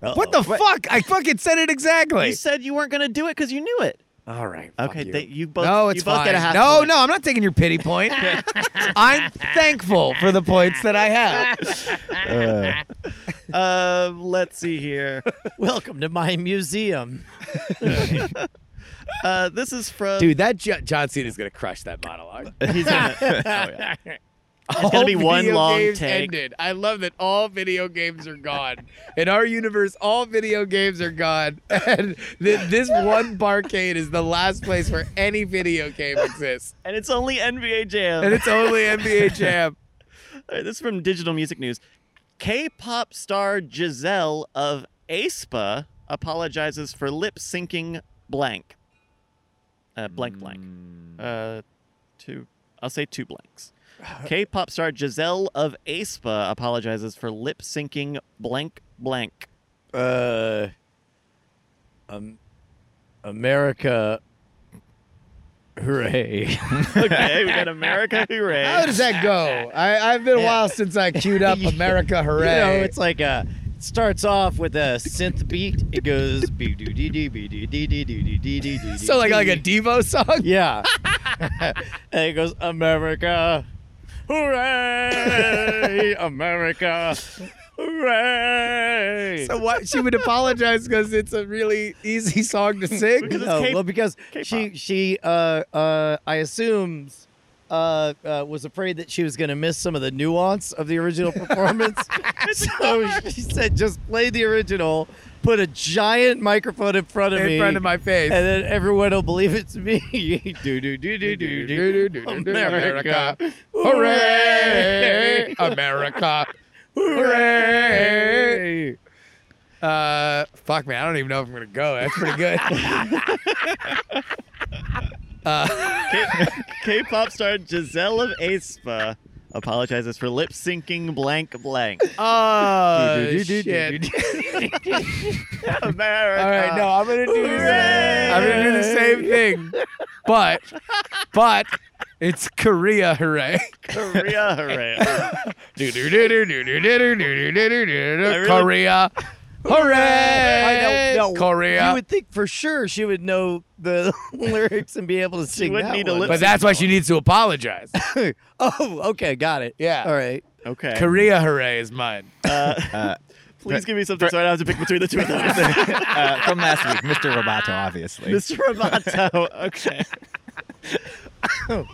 Speaker 2: What the fuck? I fucking said it
Speaker 3: You
Speaker 2: exactly.
Speaker 3: said you weren't going to do it because you knew it.
Speaker 2: All right. fuck
Speaker 3: Okay,
Speaker 2: you.
Speaker 3: they, you both.
Speaker 2: no, it's
Speaker 3: you both
Speaker 2: fine.
Speaker 3: Get a half
Speaker 2: no,
Speaker 3: point.
Speaker 2: no, I'm not taking your pity point. I'm thankful for the points that I have.
Speaker 4: Uh,
Speaker 3: Um, let's see here.
Speaker 1: Welcome to my museum.
Speaker 3: Uh, this is from
Speaker 2: Dude, that jo- John Cena's gonna crush that monologue.
Speaker 3: He's gonna- It's gonna be
Speaker 2: All
Speaker 3: one
Speaker 2: video
Speaker 3: long
Speaker 2: games
Speaker 3: take.
Speaker 2: Ended. I love that all video games are gone. In our universe, all video games are gone, and th- this one barcade is the last place where any video game exists,
Speaker 3: and it's only NBA Jam.
Speaker 2: and it's only NBA Jam.
Speaker 3: All right, this is from Digital Music News. K-pop star Giselle of aespa apologizes for lip syncing blank. Uh, blank blank. Uh, two. I'll say two blanks. K-pop star Giselle of aespa apologizes for lip syncing blank blank.
Speaker 1: Uh, um, America, hooray!
Speaker 3: Okay, we got America, hooray!
Speaker 2: How does that go? I, I've been a
Speaker 1: Yeah.
Speaker 2: while since I queued up
Speaker 1: Yeah.
Speaker 2: America Hooray.
Speaker 1: You know, it's like a. It starts off with a synth beat. It goes be do dee dee be dee dee dee dee dee dee dee.
Speaker 2: so like like a Devo song.
Speaker 1: yeah. and it goes America, hooray! America, hooray!
Speaker 2: So what? She would apologize because it's a really easy song to sing.
Speaker 3: Because it's
Speaker 1: No,
Speaker 3: K-
Speaker 1: well, because
Speaker 3: K-pop.
Speaker 1: she she uh uh I assume uh, uh was afraid that she was gonna miss some of the nuance of the original performance, so she said just play the original, put a giant microphone in front of me,
Speaker 2: In front of my face.
Speaker 1: and then everyone will believe it's me. do do do do do do.
Speaker 2: America.
Speaker 1: Hooray!
Speaker 2: Hooray! America. Hooray! Uh, fuck, man. I don't even know if I'm going to go. That's pretty good. uh,
Speaker 3: K- K-pop star Giselle of aespa apologizes for lip syncing blank blank.
Speaker 2: oh, shit.
Speaker 3: America.
Speaker 2: All right, no, I'm going to do
Speaker 3: Hooray!
Speaker 2: this. I'm going to do the same thing. But, but it's Korea, hooray.
Speaker 3: Korea, hooray.
Speaker 2: Korea. Hooray!
Speaker 1: I don't know.
Speaker 2: Korea.
Speaker 1: You would think for sure she would know the lyrics and be able to sing
Speaker 3: wouldn't
Speaker 1: that
Speaker 3: need a
Speaker 1: one.
Speaker 3: lip-
Speaker 2: But that's why she needs to apologize.
Speaker 1: oh, okay, got it.
Speaker 2: Yeah.
Speaker 1: All right.
Speaker 3: Okay.
Speaker 2: Korea hooray is mine.
Speaker 3: Uh,
Speaker 4: Uh,
Speaker 3: please give me something so I don't have to pick between the two of those.
Speaker 4: uh, from last week, Mr. Roboto, obviously.
Speaker 3: Mr. Roboto. Okay.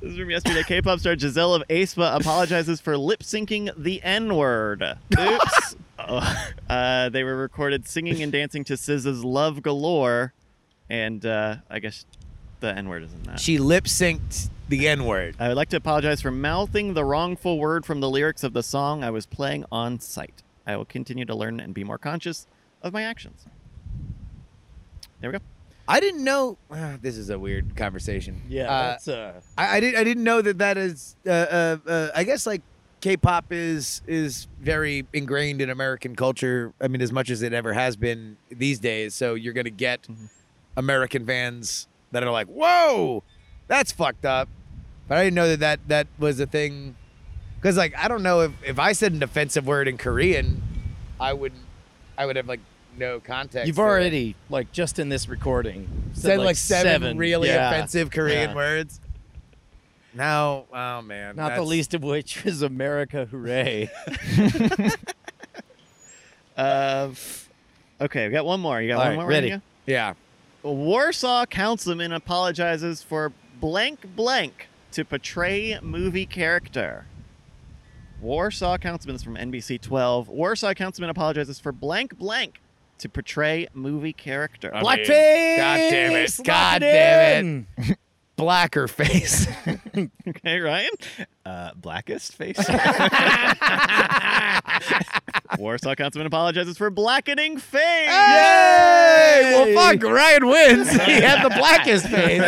Speaker 3: this is from yesterday. K-pop star Giselle of aespa apologizes for lip syncing the N-word. Oops. Oh. Uh, they were recorded singing and dancing to SZA's "Love Galore," and uh, I guess the N-word is in that.
Speaker 2: She lip synced the N word.
Speaker 3: I would like to apologize for mouthing the wrongful word from the lyrics of the song I was playing on site. I will continue to learn and be more conscious of my actions. There we go.
Speaker 2: I didn't know. ah, this is a weird conversation. Uh,
Speaker 1: that's uh,
Speaker 2: I, I didn't. I didn't know that that is. Uh, uh, uh, I guess like K-pop is is very ingrained in American culture. I mean, as much as it ever has been these days. So you're gonna get
Speaker 1: Mm-hmm.
Speaker 3: Mhm.
Speaker 2: American fans that are like, "Whoa, that's fucked up." But I didn't know that that, that was a thing. Because like I don't know if if I said an offensive word in Korean, I would I would have like no context.
Speaker 1: You've
Speaker 2: to it.
Speaker 1: already like just in this recording
Speaker 2: said, like, seven, really
Speaker 1: yeah.
Speaker 2: offensive Korean
Speaker 1: Yeah.
Speaker 2: words. Now, oh man,
Speaker 1: Not the
Speaker 2: that's-
Speaker 1: least of which is America, hooray!
Speaker 3: Uh, okay, we got one more. You got
Speaker 1: All
Speaker 3: one
Speaker 1: right,
Speaker 3: more.
Speaker 1: ready.
Speaker 3: Anya?
Speaker 2: Yeah.
Speaker 3: A Warsaw councilman apologizes for blank blank to portray movie character. Warsaw councilman this is from NBC 12. Warsaw councilman apologizes for blank blank to portray movie character.
Speaker 2: I mean,
Speaker 1: Blackface!
Speaker 2: God damn it.
Speaker 1: Lock
Speaker 2: God
Speaker 1: it
Speaker 2: damn it.
Speaker 1: in!
Speaker 2: Blacker face.
Speaker 3: Okay, Ryan.
Speaker 4: Uh, blackest face?
Speaker 3: Warsaw councilman apologizes for blackening fame.
Speaker 2: Yay! Well, fuck. Ryan wins. He had the blackest face.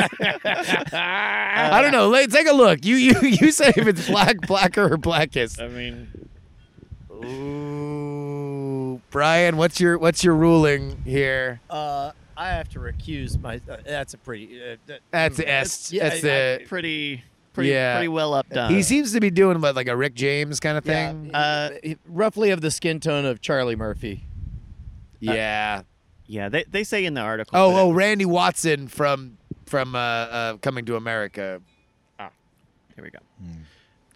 Speaker 2: I don't know. Let- Take a look. You you you say if it's black, blacker, or blackest.
Speaker 3: I mean,
Speaker 2: Ooh, Brian, what's your what's your ruling here?
Speaker 1: Uh, I have to recuse my. Uh, that's a pretty. Uh, that-
Speaker 2: That's
Speaker 1: mm,
Speaker 2: S.
Speaker 1: yeah,
Speaker 2: That's
Speaker 1: I- I-
Speaker 2: it.
Speaker 3: pretty, pretty,
Speaker 2: Yeah.
Speaker 3: pretty well up done.
Speaker 2: He seems to be doing what, like a Rick James kind of
Speaker 1: yeah,
Speaker 2: thing.
Speaker 1: uh, roughly of the skin tone of Charlie Murphy.
Speaker 2: Yeah.
Speaker 3: yeah, they, they say in the article.
Speaker 2: Oh,
Speaker 3: that-
Speaker 2: oh, Randy Watson from from uh, uh, Coming to America.
Speaker 3: Here we go.
Speaker 4: Hmm.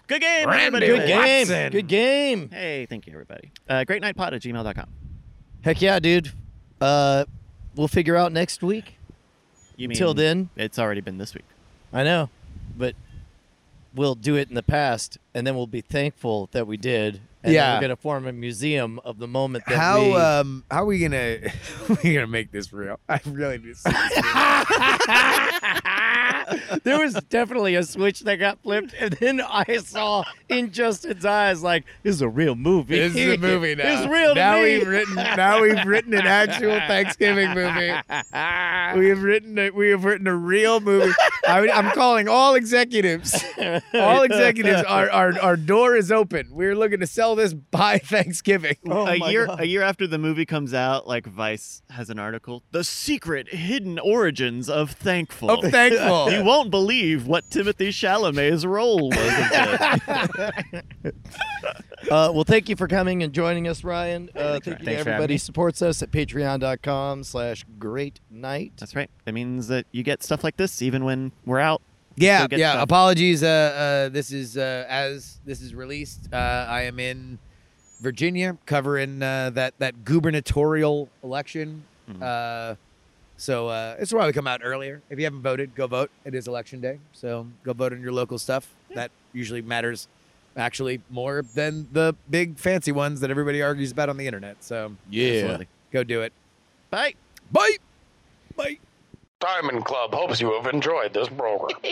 Speaker 3: Good game,
Speaker 2: Randy
Speaker 3: everybody.
Speaker 1: Good game.
Speaker 2: Watson.
Speaker 1: Good game.
Speaker 3: Hey, thank you, everybody. Uh, greatnightpod at gmail.com.
Speaker 1: Heck yeah, dude. Uh, we'll figure out next week.
Speaker 3: You mean
Speaker 1: Till then,
Speaker 3: It's already been this week.
Speaker 1: I know, but we'll do it in the past, and then we'll be thankful that we did. And then
Speaker 2: Yeah.
Speaker 1: we're gonna form a museum of the moment that
Speaker 2: How
Speaker 1: we.
Speaker 2: um how are we gonna we gonna make this real? I really need to see this
Speaker 1: there was definitely a switch that got flipped, and then I saw in Justin's eyes like, "This is a real movie.
Speaker 2: This is a movie now.
Speaker 1: This is real to
Speaker 2: Now
Speaker 1: me.
Speaker 2: we've written. Now we've written an actual Thanksgiving movie. We have written. A, we have written a real movie. I would, I'm calling all executives. All executives. Our, our our door is open. We're looking to sell this by Thanksgiving.
Speaker 3: a year a year after the movie comes out, like Vice has an article, "The Secret Hidden Origins of Thankful."
Speaker 2: I'm thankful.
Speaker 3: you won't believe what Timothy Chalamet's role was. in this.
Speaker 1: Uh, well, thank you for coming and joining us, Ryan. Uh, thank you to
Speaker 4: Thanks for having
Speaker 1: everybody
Speaker 4: me.
Speaker 1: who supports us at patreon.com slash great night.
Speaker 3: That's right. That means that you get stuff like this even when we're out.
Speaker 2: Yeah,
Speaker 3: Still get
Speaker 2: yeah.
Speaker 3: some.
Speaker 2: Apologies. Uh, uh, this is uh, as this is released. Uh, I am in Virginia covering uh, that that gubernatorial election. Uh, so uh, it's why we come out earlier. If you haven't voted, go vote. It is election day, so go vote on your local stuff. That usually matters, actually more than the big fancy ones that everybody argues about on the internet. So
Speaker 3: Absolutely.
Speaker 2: go do it.
Speaker 3: Bye.
Speaker 2: Bye. Bye.
Speaker 5: Diamond Club hopes you have enjoyed this program.